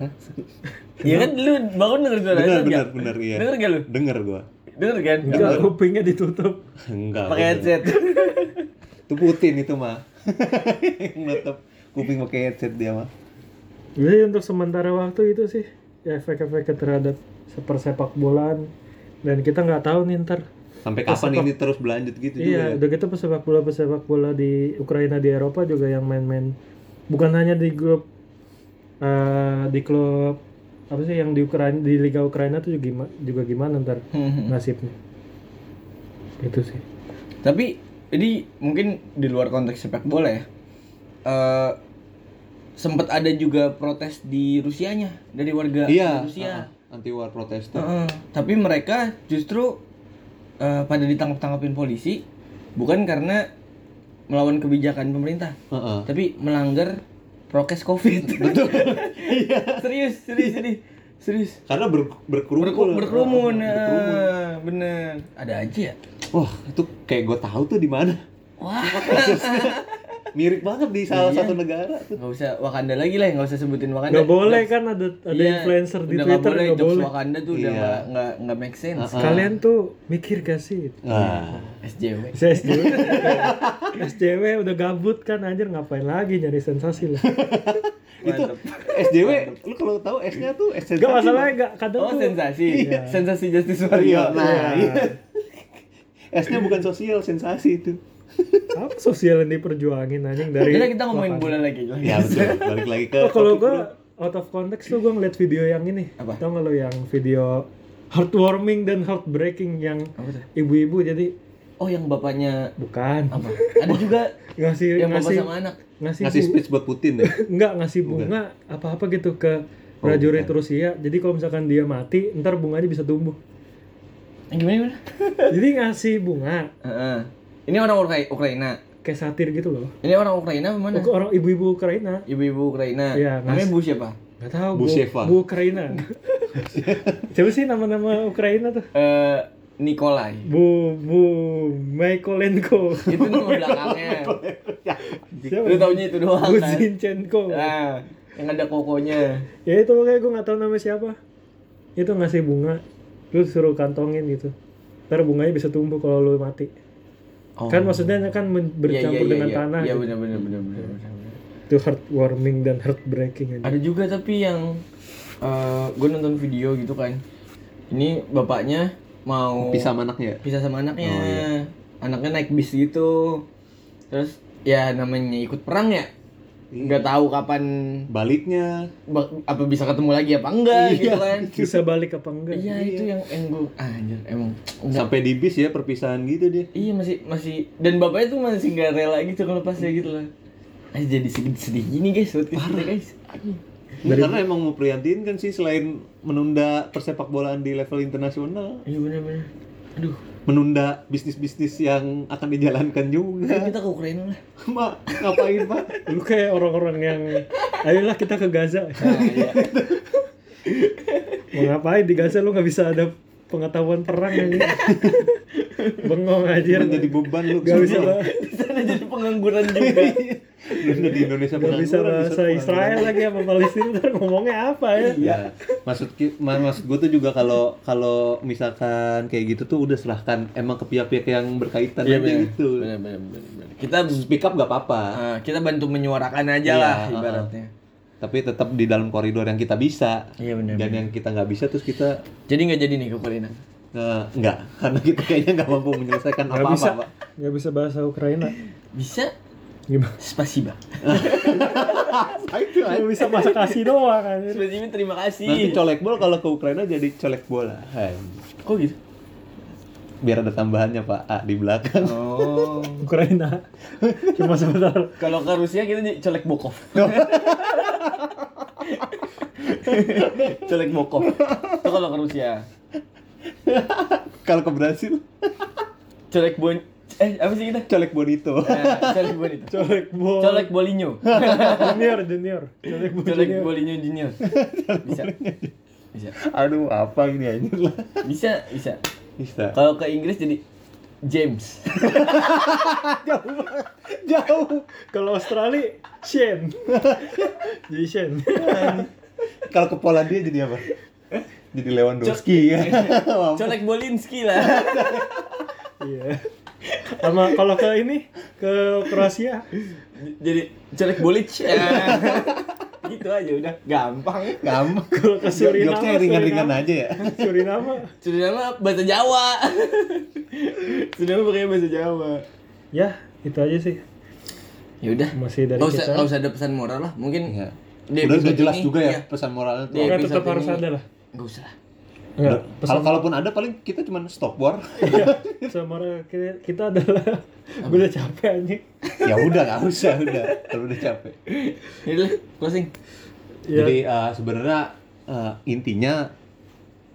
C: Iya kan lu bangun dengar suara
A: Benar, benar,
C: azan nggak?
A: benar, iya.
C: Dengar gak lu?
A: Dengar gua.
C: Dengar kan?
B: enggak kupingnya ditutup.
A: Enggak.
C: Pakai
A: udah.
C: headset.
A: Itu Putin itu mah. Yang Nutup kuping pakai headset dia mah.
B: Iya, Jadi untuk sementara waktu itu sih ya efek-efek terhadap sepersepak bolaan dan kita nggak tahu nih ntar
A: Sampai kapan ini terus berlanjut gitu
C: ya.
B: iya
A: juga.
B: udah gitu pesepak bola pesepak bola di Ukraina di Eropa juga yang main-main bukan hanya di grup eh, di klub apa sih yang di Ukraina di Liga Ukraina tuh juga gimana, juga gimana ntar nasibnya itu sih
C: Tapi ini mungkin di luar konteks sepak bola ya. Eh sempat ada juga protes di Rusianya dari warga
A: iya
C: Rusia.
A: anti war protester
C: Heeh. Tapi mereka justru eh, pada ditangkap-tangkapin polisi bukan karena melawan kebijakan pemerintah,
A: Heeh.
C: tapi melanggar prokes Covid. Betul. serius, serius, serius. Serius.
A: karena ber, berkerumun
C: Berku- berkerumun. eh, bener. Ada aja ya.
A: wah itu kayak gue tahu tuh di mana
C: Wah, Iya.
A: mirip banget di salah satu negara tuh
C: nggak usah Wakanda lagi lah, nggak usah sebutin Wakanda.
B: Gak boleh kan ada ada
C: Iya,
B: influencer di
C: udah nggak
B: Twitter
C: boleh,
B: nggak
C: jokes
B: boleh. Ah,
C: Wakanda tuh udah
A: Iya.
C: nggak nggak nggak make sense.
B: Kalian tuh mikir gak sih?
A: nah
C: SJW.
B: Saya SJW. SJW udah gabut kan anjir ngapain lagi nyari sensasi lah.
A: itu SJW lu kalau tahu S-nya tuh S
B: Gak masalahnya gak
C: Oh
B: kadang tuh
C: sensasi, sensasi Justice
A: Iya,
C: Warrior.
A: nah, iya. S-nya bukan sosial, sensasi itu.
B: apa sosial yang diperjuangin anjing dari
C: Jadi kita
B: Iya.
C: ngomongin bola lagi. lagi.
A: Ya betul. Balik lagi ke
B: Oh, kalau
A: topik
B: gue
A: lu.
B: out of context tuh gue ngeliat video yang ini.
C: Apa?
B: Tau gak lo yang video heartwarming dan heartbreaking yang
C: Apa tuh?
B: ibu-ibu jadi
C: Oh yang bapaknya
B: bukan
C: apa? Ada juga
B: ngasih
C: yang bapak
B: ngasih
C: sama anak.
B: ngasih,
A: ngasih
B: bu-
A: speech buat Putin ya.
B: enggak ngasih bunga apa-apa
C: Oh,
B: gitu ke prajurit Rusia. Jadi kalau misalkan dia mati, ntar bunganya bisa tumbuh.
C: Yang gimana gimana?
B: Jadi ngasih bunga
C: Heeh. Ini orang Ukra- Ukraina.
B: kayak satir gitu loh.
C: Ini orang Ukraina apa mana?
B: Uk- Orang ibu-ibu Ukraina,
C: Ibu-ibu Ukraina.
B: Iya,
C: Namanya
B: ngas-
C: Bu siapa?
B: nggak tahu
A: Bu
B: Bu,
A: Sheva.
B: Bu Ukraina. Siapa sih nama-nama Ukraina tuh?
C: Eh Nikolai.
B: Bu Bu Mykolenko.
C: Itu nama belakangnya.
B: Siapa?
C: Lu taunya itu doang
B: Bu
C: kan?
B: Zinchenko.
C: Nah, yang ada kokonya.
B: Ya itu kayak gue nggak tahu nama siapa. Itu ngasih bunga, terus suruh kantongin gitu. Ntar bunganya bisa tumbuh kalau lu mati.
A: Oh.
B: Kan maksudnya kan men- bercampur dengan tanah.
C: Oh, Iya
B: gitu.
C: benar benar benar benar. benar.
B: Itu heartwarming dan heartbreaking aja.
C: Ada juga tapi yang gue nonton video gitu kan. Ini bapaknya mau
A: Pisah sama Oh, iya. anaknya.
C: pisah sama anaknya. Anaknya naik bis gitu. Terus ya namanya ikut perang
A: Iya.
C: ya. Nggak tahu kapan
A: Baliknya.
C: bak- apa bisa ketemu lagi apa enggak gitu kan.
B: Bisa balik apa enggak?
C: Iya, itu yang yang gue anjir emang enggak.
A: Sampai di bis ya perpisahan gitu dia.
C: Iya masih masih dan bapaknya tuh masih nggak rela gitu kalau pas kayak gitu lah. Ah, jadi sedih sedih gini guys buat kita guys.
A: Ya, Karena emang mau prihatin kan sih selain menunda persepak bolaan di level internasional,
C: Iya bener bener. Aduh,
A: menunda bisnis-bisnis yang akan dijalankan juga.
C: kita ke Ukraina lah.
A: Mak, ngapain, Pak?
B: Lu kayak orang-orang yang ayolah kita ke Gaza.
C: Iya,
B: Mau ngapain di Gaza lu nggak bisa ada pengetahuan perang aja. Bengong aja.
A: Menjadi beban lu.
B: Gak Iya. bisa
A: Semua.
C: Di sana jadi pengangguran juga.
A: Bener di Indonesia
B: Gak bisa
A: pengangguran, di
B: bahasa
A: sana
B: Israel ya. lagi sama Palestina ntar ngomongnya apa ya?
A: Ya, maksud ki- ma- maksud gue tuh juga kalau kalau misalkan kayak gitu tuh udah serahkan emang ke pihak-pihak yang berkaitan aja gitu.
C: Bener bener bener. bener. Kita
A: Speak up gak apa-apa,
C: ah, kita bantu menyuarakan aja
A: Iya,
C: lah
A: ah, ah.
C: ibaratnya.
A: tapi tetap di dalam koridor yang kita bisa.
C: Iya, benar,
A: Dan
C: benar.
A: yang kita nggak bisa terus kita
C: Jadi nggak jadi nih ke Ukraina.
A: eh, nggak karena kita kayaknya nggak mampu menyelesaikan
B: Gak bisa.
A: apa-apa, Pak.
B: Gak bisa bahasa Ukraina.
C: Bisa?
B: Gimana?
C: Spasiba.
A: Nah, Itu aja.
B: Gak bisa bahasa kasih doang anjir.
C: Spasiba terima
A: Nanti
C: kasih.
A: colek bol kalau ke Ukraina jadi colek bola. Hai.
C: Kok gitu?
A: Biar ada tambahannya Pak A di belakang.
C: Oh.
B: Ukraina. Cuma sebentar.
C: Kalau ke Rusia kita jadi colek bokov. colek bokov. Itu kalau ke Rusia.
A: kalau ke Brasil
C: Colek bon eh apa sih kita?
A: colek bonito.
C: Nah, colek bon itu.
B: Colek bol.
C: Colek bolinyo.
B: junior junior. Colek bol
C: Colek
B: junior.
C: bolinyo junior. Bisa. Bisa.
A: Aduh, apa ini anjir lah.
C: Bisa, bisa.
A: Bisa.
C: Kalau ke Inggris jadi James.
B: Jauh. Kalau Australia, Shane. Jadi Shane.
A: Kalau ke Polandia jadi apa?
C: Eh?
A: Jadi Lewandowski ya.
C: Colek Bolinski lah.
B: Iya. Sama kalau ke ini ke Kroasia,
C: Jadi colek Bolic. Eh, gitu aja udah gampang.
A: Kamu
B: Kalau ke Suriname,
A: jokesnya ringan-ringan
B: Suriname.
A: aja ya.
B: Suriname.
C: Suriname bahasa Jawa. Suriname pakai bahasa Jawa.
B: Ya, itu aja sih.
C: Ya udah.
B: Masih dari
C: Nggak usah,
B: kita.
C: nggak usah ada pesan moral lah. Mungkin
A: Iya.
C: di
A: Udah, udah
C: episode
A: jelas
C: ini,
A: juga ya
C: iya.
A: pesan moralnya tuh.
C: Iya.
B: Nggak,
C: episode
B: tetap harus
C: ini-
B: ada lah.
C: Nggak usah. lah.
B: Iya,
A: Nah, kalau
B: pesan-
A: kalaupun ada paling kita cuma stop war.
B: sama kita, kita adalah gue udah capek anjing
A: ya udah nggak usah udah kalau udah capek.
B: Iya.
C: Yaudah, closing.
B: ya
A: Jadi eh, sebenarnya eh, intinya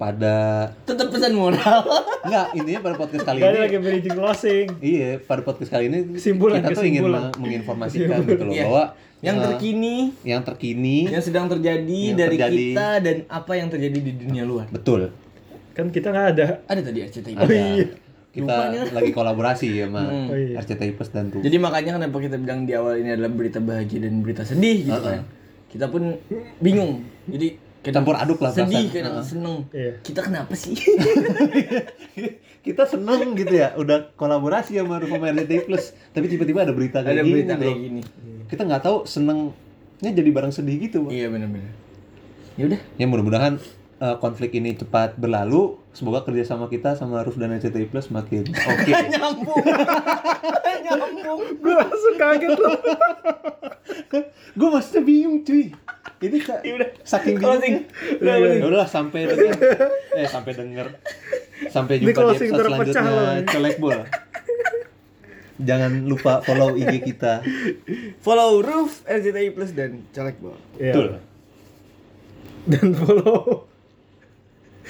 A: pada
C: Tetap pesan moral.
A: nggak intinya pada podcast kali
B: kali
A: ini
B: lagi bridging closing
A: Iya, pada podcast kali ini
B: Kesimpulan,
A: kita tuh ingin
B: kesimpulan.
A: meng- menginformasikan gitu loh
C: Iya.
A: bahwa
C: yang
A: eh,
C: terkini,
A: yang terkini
C: yang sedang terjadi
A: Yang
C: dari
A: terjadi.
C: kita dan apa yang terjadi di dunia luar.
A: betul.
B: kan kita nggak ada
C: Ada tadi RCTI.
A: Ada.
B: iya.
A: Kita
C: Lupa nih.
A: lagi kolaborasi ya sama
B: Oh iya.
A: RCTI Plus dan tuh.
C: Jadi makanya kenapa kita bilang di awal ini adalah berita bahagia dan berita sedih gitu kan. Kita pun bingung. Jadi kadang
A: Campur aduk lah
C: Sedih
A: perasaan.
C: kadang
A: Heeh.
C: seneng.
B: Iya.
C: Kita kenapa sih?
A: kita seneng gitu ya, udah kolaborasi sama sama RCTI Plus, tapi tiba-tiba ada berita kayak
C: Ada
A: gini. gitu
C: berita
A: bro.
C: kayak gini.
A: Kita nggak tahu senengnya jadi barang sedih gitu. Bro.
C: Iya benar-benar. Ya udah.
A: Ya mudah-mudahan eh, konflik ini cepat berlalu. Semoga kerjasama kita sama Ruf dan RCTI Plus makin oke.
C: Nyambung. Nyambung.
B: gue langsung kaget loh
A: gue masih bingung cuy ini kak saking Iya,
C: Closing.
A: bingung udah udah sampai denger eh sampai denger sampai jumpa
B: Ini
A: di
B: closing
A: episode
B: terpecah
A: selanjutnya
B: loh.
A: colek bol jangan lupa follow IG kita
C: Follow Roof RCTI Plus dan Colek Bol.
B: Iya.
A: betul
B: dan follow